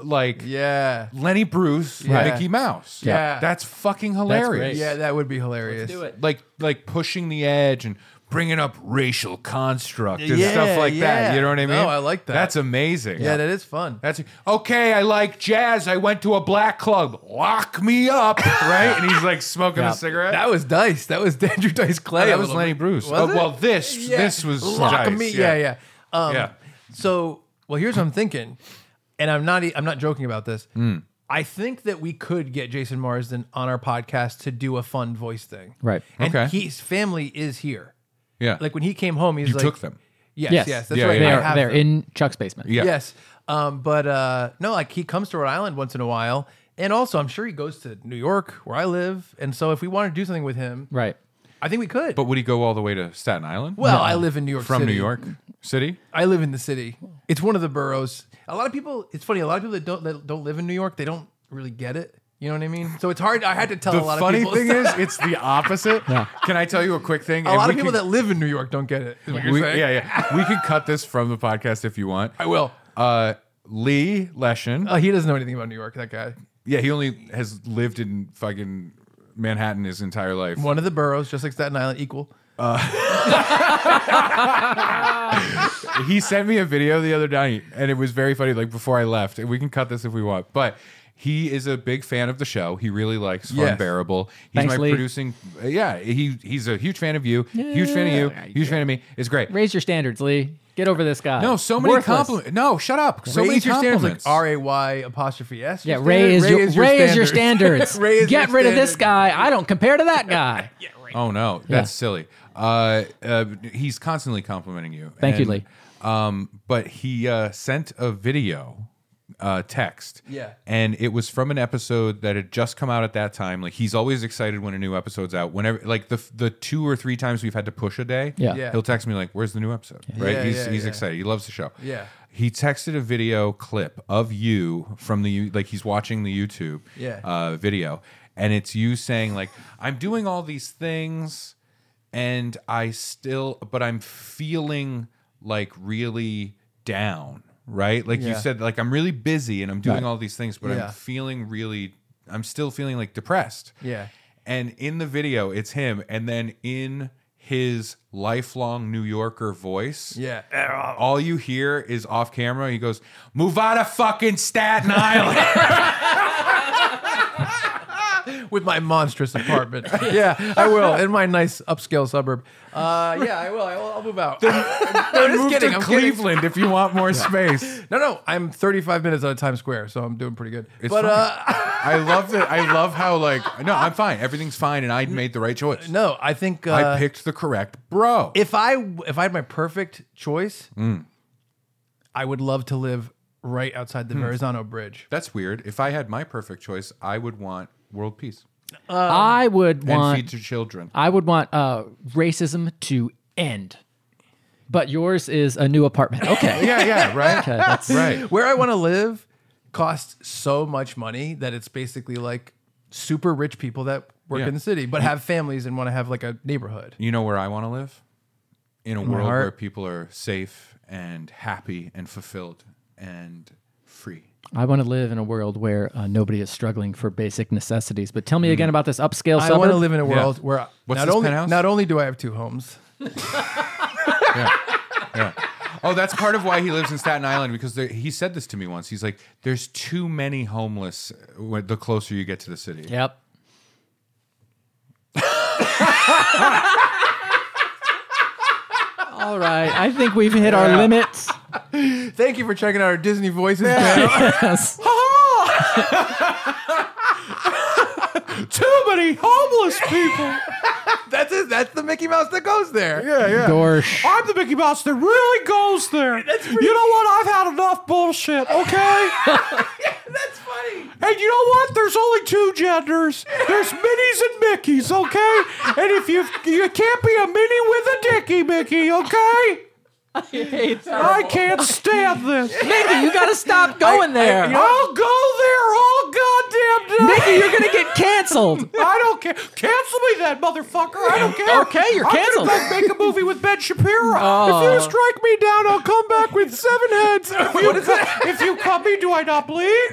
like
yeah
Lenny Bruce
Yeah.
Mickey Mouse.
Yeah. Yeah.
That's fucking hilarious.
Yeah, that would be hilarious.
do it. Like like pushing the edge and bringing up racial construct and
Yeah,
stuff like that.
yeah.
You know what I mean?
No, I like that.
That's amazing.
Yeah, that is fun.
That's okay. I like jazz. I went to a black club. Lock me up, right? And he's like smoking
Yeah.
a cigarette.
That was Dice. That was Andrew Dice Clay.
Oh, that
a
was
little
Lenny
bit.
Bruce.
Was
Oh,
it?
well, this- this was
Lock
Dice,
me.
yeah.
Yeah, yeah. Um,
Yeah.
So, well, here's what I'm thinking, and I'm not. e- I'm not joking about this.
Hmm.
Mm.
I think that we could get Jason Marsden on our podcast to do a fun voice thing.
Right.
And
Okay.
His family is here.
Yeah.
Like when he came home, he's
You
like,
took them.
Yes. Yes.
Yes.
that's
Yeah,
right.
yeah,
I
yeah.
have
They're
them.
in Chuck's basement.
Yeah.
Yes. Um, but uh, no, like he comes to Rhode Island once in a while. And also, I'm sure he goes to New York, where I live. And so, if we want to do something with him,
right?
I think we could.
But would he go all the way to Staten Island?
Well, No. I live in New York
From
City.
New York City?
I live in the city. It's one of the boroughs. A lot of people. It's funny. A lot of people that don't that don't live in New York, they don't really get it. You know what I mean? So it's hard. I had to tell
the
a lot
funny
of people.
thing is, it's the opposite. Can I tell you a quick thing?
a
And
lot
we
of people
can-
that live in New York don't get it. is what you're
we,
saying.
yeah, yeah. We could cut this from the podcast if you want. I
will.
Uh, Lee Leshin.
Oh, he doesn't know anything about New York. That guy.
yeah, he only has lived in fucking Manhattan his entire life.
One of the boroughs, just like Staten Island, equal.
Uh, he sent me a video the other night and it was very funny like before i left and we can cut this if we want but he is a big fan of the show he really likes fun
Yes.
bearable he's
Thanks,
my
Lee.
producing yeah he he's a huge fan of you huge fan of you
Yeah.
huge fan of me it's great
Raise your standards, Lee. Get over this guy.
no so many
Worthless.
compliments no shut up so many
Raise your standards,
compliments
Like R A Y apostrophe S.
Yeah,
your
Ray is
standard?
your, Ray is your standards.
Ray is
Get
your
rid of this
standard.
guy. I don't compare to that guy.
Oh no, that's silly. Uh, uh, he's constantly complimenting you.
Thank you, Lee.
Um, but he uh, sent a video uh, text.
Yeah.
and it was from an episode that had just come out at that time. Like he's always excited when a new episode's out. Whenever, like the the two or three times we've had to push a day,
Yeah. Yeah.
he'll text me like, "Where's the new episode?" Right?
Yeah,
he's
yeah,
he's
yeah.
excited. He loves the show.
Yeah.
He texted a video clip of you from the like he's watching the YouTube
Yeah.
uh, video, and it's you saying like, "I'm doing all these things, and I still, but I'm feeling like really down, right? Like you
Yeah.
said, like I'm really busy and I'm doing
Right.
all these things, but
Yeah.
I'm feeling really, I'm still feeling like depressed.
Yeah.
And in the video, it's him, and then in his lifelong New Yorker voice.
Yeah.
All you hear is off camera. He goes, "Move out of fucking Staten Island."
with my monstrous apartment. yeah, I will in my nice upscale suburb. Uh, yeah, I will. I will I'll move out. No, I'm just
move
kidding.
to
I'm kidding.
Cleveland if you want more space.
No, no, I'm 35 minutes out of Times Square, so I'm doing pretty good.
It's
but
fine.
uh,
I love that. I love how like no, I'm fine. Everything's fine, and I made the right choice.
no, I think uh,
I picked the correct bro.
If I if I had my perfect choice,
Mm.
I would love to live right outside the
Hmm.
Verrazano Bridge.
That's weird. If I had my perfect choice, I would want world peace.
Um,
I would
and
want
feed your children.
I would want uh, racism to end. But yours is a new apartment. Okay.
yeah, yeah, right,
Okay, that's
Where I want to live costs so much money that it's basically like super rich people that work
Yeah. Mm.
in the city but have families and want to have like a neighborhood.
You know where I want to live? In a
In my
world where
heart.
people are safe and happy and fulfilled and free.
I want to live in a world where uh, nobody is struggling for basic necessities. But tell
Hmm.
me again about this upscale
I
suburb.
want to live in a world where not only not only do I have two homes.
Yeah. Oh, that's part of why he lives in Staten Island because there, he said this to me once. He's like, "There's too many homeless uh, when- the closer you get to the city."
Yep. All right. I think we've hit our
Yeah.
limits.
Thank you for checking out our Disney voices.
Yes.
Too many homeless people. that's it. That's the Mickey Mouse that goes there. Yeah,
yeah.
Gorsh.
I'm the Mickey Mouse that really goes there. You know what? I've had enough bullshit, okay?
That's funny.
And you know what? There's only two genders. There's Minnies and Mickeys, okay? And if you you can't be a Minnie with a Dickie Mickey, okay? I
hate that.
I can't stand this.
Mickey, you gotta stop going there.
I'll go there all goddamn night.
Mickey, you're gonna get canceled.
I don't care. Cancel me then, motherfucker. I don't care.
Okay, you're
I'm
canceled.
Gonna go make a movie with Ben Shapiro.
Oh.
If you strike me down, I'll come back with seven heads. If you, cu- if you cut me, do I not bleed?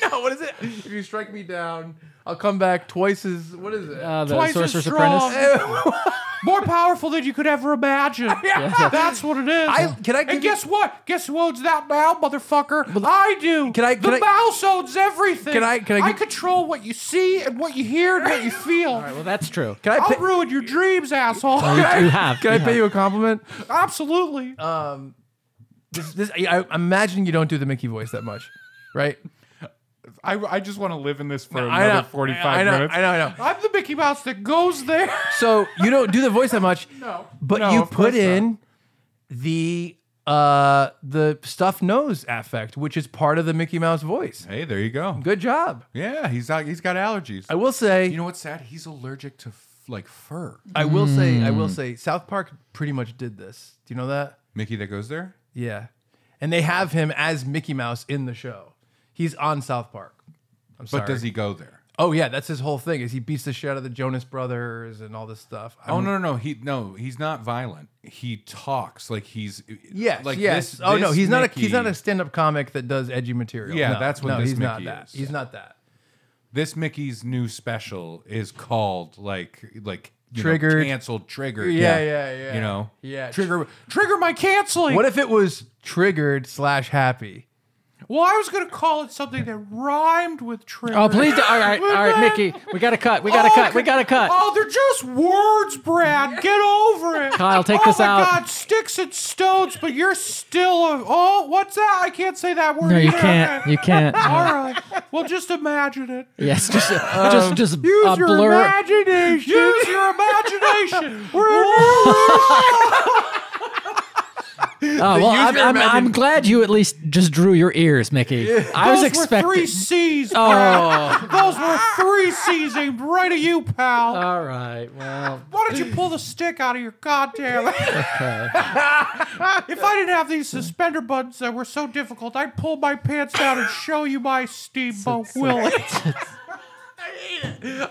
no, what is it? If you strike me down, I'll come back twice as what is it?
Uh,
Twice as strong. More powerful than you could ever imagine. That's what it is.
I- can I give you-
and guess what? Guess who owns that now, motherfucker? I do.
Can I-
The
can I-
mouse owns everything.
Can I- can I
I
give-
control what you see and what you hear and what you feel.
Well, that's true.
Can I
I'll
pay-
ruin your dreams, asshole.
Oh, you- you have,
Can
you
I
have.
pay
you a compliment?
Absolutely.
Um, this, this, I, I'm imagining you don't do the Mickey voice that much, right?
I, I just want to live in this for
I
another
know.
45
I know,
minutes.
I know, I know.
I'm the Mickey Mouse that goes there.
So you don't do the voice that much.
No.
But
No,
you
of course
put in the uh the stuffed nose affect, which is part of the Mickey Mouse voice.
Hey, there you go.
Good job.
Yeah, he's not, he's got allergies.
I will say
You know what's sad? He's allergic to f- like fur.
I will say I will say South Park pretty much did this. Do you know that?
Mickey that goes there.
Yeah. And they have him as Mickey Mouse in the show. He's on South Park. I'm
but
sorry.
does he go there?
Oh yeah, that's his whole thing. Is he beats the shit out of the Jonas Brothers and all this stuff?
Oh
I'm-
no no no he no he's not violent. He talks like he's
Yes,
like
yes.
this-
oh no,
this
he's not a
Mickey-
he's not a stand up comic that does edgy material.
Yeah,
No,
that's what
no,
this
he's not
Mickey
that.
is.
He's not that.
this Mickey's new special is called like like you know,
Triggered.
canceled triggered
Yeah, yeah, yeah.
you know
Yeah.
trigger
Trigger my canceling.
What if it was triggered slash happy?
Well, I was gonna call it something that rhymed with trigger.
Oh, please. do- all right. All right, Mickey. We got to cut. We got to
Oh,
cut. We got to cut.
Oh, they're just words, Brad. Get over it.
Kyle, take
oh
this
my
out.
God, sticks and stones, but you're still a. Oh, what's that? I can't say that word.
No, you
either.
can't. You can't. No.
All right. Well, just imagine it.
Yes, just- uh, just- just
Um, use
a
your
blur.
imagination. Use your imagination. We're
Oh, well,
user
I'm, I'm,
imagined-
I'm glad you at least just drew your ears, Mickey. I was
Those
expecting.
Were three C's.
Oh.
Brad. Those were three C's aimed right at you, pal.
All right. Well.
Why don't you pull the stick out of your goddamn?
Okay.
if I didn't have these suspender buttons that were so difficult, I'd pull my pants down and show you my steamboat Willie.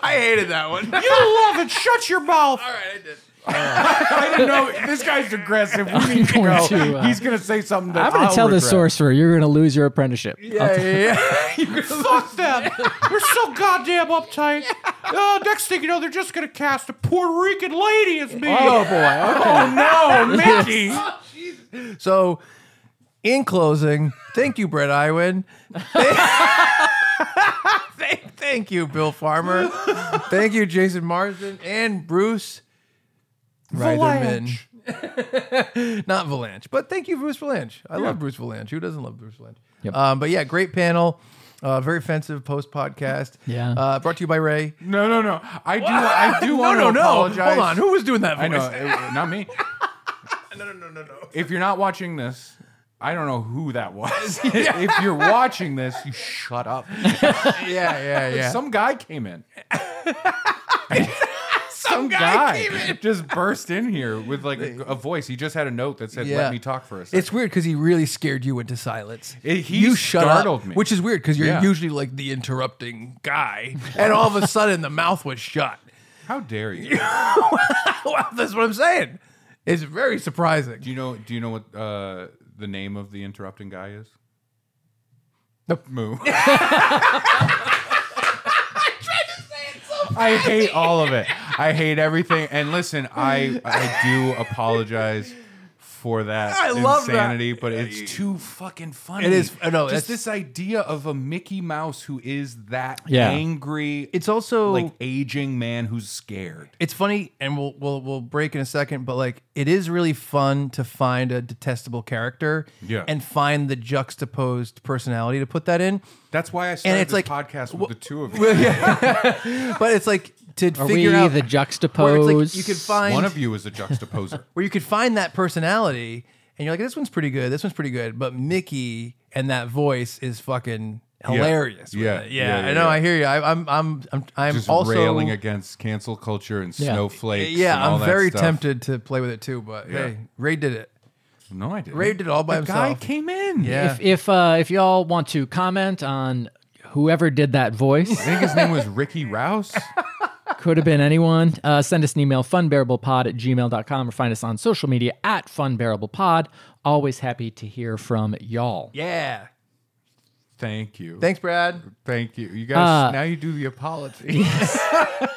I hated that one.
You love it. Shut your mouth. All
right, I did.
I didn't know this guy's aggressive. We need to
I'm
go.
going to, uh,
He's gonna say something. That
I'm going
I'll
to tell the
regret.
sorcerer you're going to lose your apprenticeship.
Fuck them. We're so goddamn uptight. Oh, next thing you know, they're just going to cast a Puerto Rican lady as me.
Oh, boy, okay.
Oh, no, Mickey.
So, in closing, thank you, Brett Iwin. thank, thank you, Bill Farmer. thank you, Jason Marsden and Bruce Reiderman. Not Valanche, but thank you, Bruce Valanche. I
Yeah.
love Bruce Valanche. Who doesn't love Bruce Valanche? Um, but yeah, great panel. Uh, very offensive post podcast.
Yeah.
Uh, brought to you by Ray.
No, no, no. I do. I do
No,
want
no,
to
no.
apologize.
Hold on. Who was doing that
I know.
voice?
it- not me. no, no, no, no, no. If you're not watching this, I don't know who that was. if you're watching this, you shut up. yeah,
yeah, yeah.
Some guy came in. Some guy, just burst in here with like a, a voice. He just had a note that said,
Yeah.
"Let me talk for a second."
It's weird because he really scared you into silence.
It- he
you shut up,
startled me.
which is weird because you're
Yeah.
usually like the interrupting guy, and all of a sudden the mouth was shut.
How dare you?
well, that's what I'm saying. It's very surprising.
Do you know? Do you know what uh, the name of the interrupting guy is? Nope. Moo. I hate all of it. I hate everything. And listen, I I do apologize for that
I love that.
insanity, but it's too fucking funny.
It is-
oh,
I know,
just
that's-
this idea of a Mickey Mouse who is that
Yeah.
angry.
It's also
like aging man who's scared.
It's funny, and we'll we'll we'll break in a second, but like it is really fun to find a detestable character,
Yeah.
and find the juxtaposed personality to put that in.
That's why I started
and it's
this
like
podcast with the two of you.
Well, yeah. but it's like to
Are
figure
we
out where
the
it's like you could
juxtapose?
find
One of you is a juxtaposer.
where you could find that personality, and you're like, this one's pretty good, this one's pretty good, but Mickey and that voice is fucking
Yeah.
hilarious. with
Yeah.
it. yeah,
Yeah, yeah,
I know.
yeah.
I hear you. I, I'm I'm I'm I'm
just
also
railing against cancel culture and
Yeah.
snowflakes.
Yeah,
and all
I'm
that
very
stuff.
tempted to play with it too, but
Yeah.
hey, Ray did it.
No, I didn't.
Ray did it all by
The guy
himself.
came in.
Yeah.
If if uh, if y'all want to comment on whoever did that voice, I
think his name was Ricky Rouse.
Could have been anyone. Uh, send us an email, funbearablepod at gmail.com, or find us on social media at funbearablepod. Always happy to hear from y'all.
yeah.
Thank you.
Thanks, Brad.
Thank you. You guys.
Uh,
now you do the apology.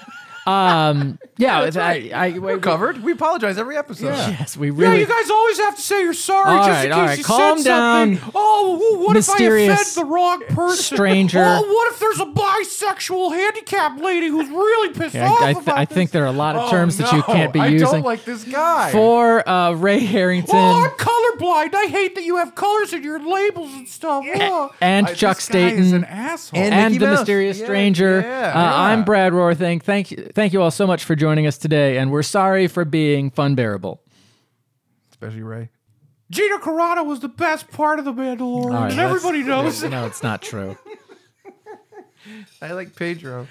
Um, yeah,
That's
I-
right.
I, I,
We're covered. We apologize every episode.
Yes, we really.
Yeah, you guys always have to say you're sorry
All
just
right,
in
all
case
right,
you
calm
said
down,
something. Oh, wh- what if I
mysterious
offend the wrong person?
stranger.
Oh, what if there's a bisexual handicapped lady who's really pissed
Yeah, I-
off
I th-
about
I think
this?
there are a lot
Oh,
of terms that you can't be
I
using.
don't like this guy.
For uh, Ray Harrington
Oh, I'm colorblind. I hate that you have colors in your labels and stuff. Oh.
and Chuck Staten and, the mysterious stranger.
yeah,
uh,
yeah.
I'm Brad Rorthing. Thank you, thank you all so much for joining us today, and we're sorry for being fun bearable.
Especially Ray.
Gina Carano was the best part of The Mandalorian,
All right,
and
that's-
everybody knows it.
No, it's not true.
I like Pedro.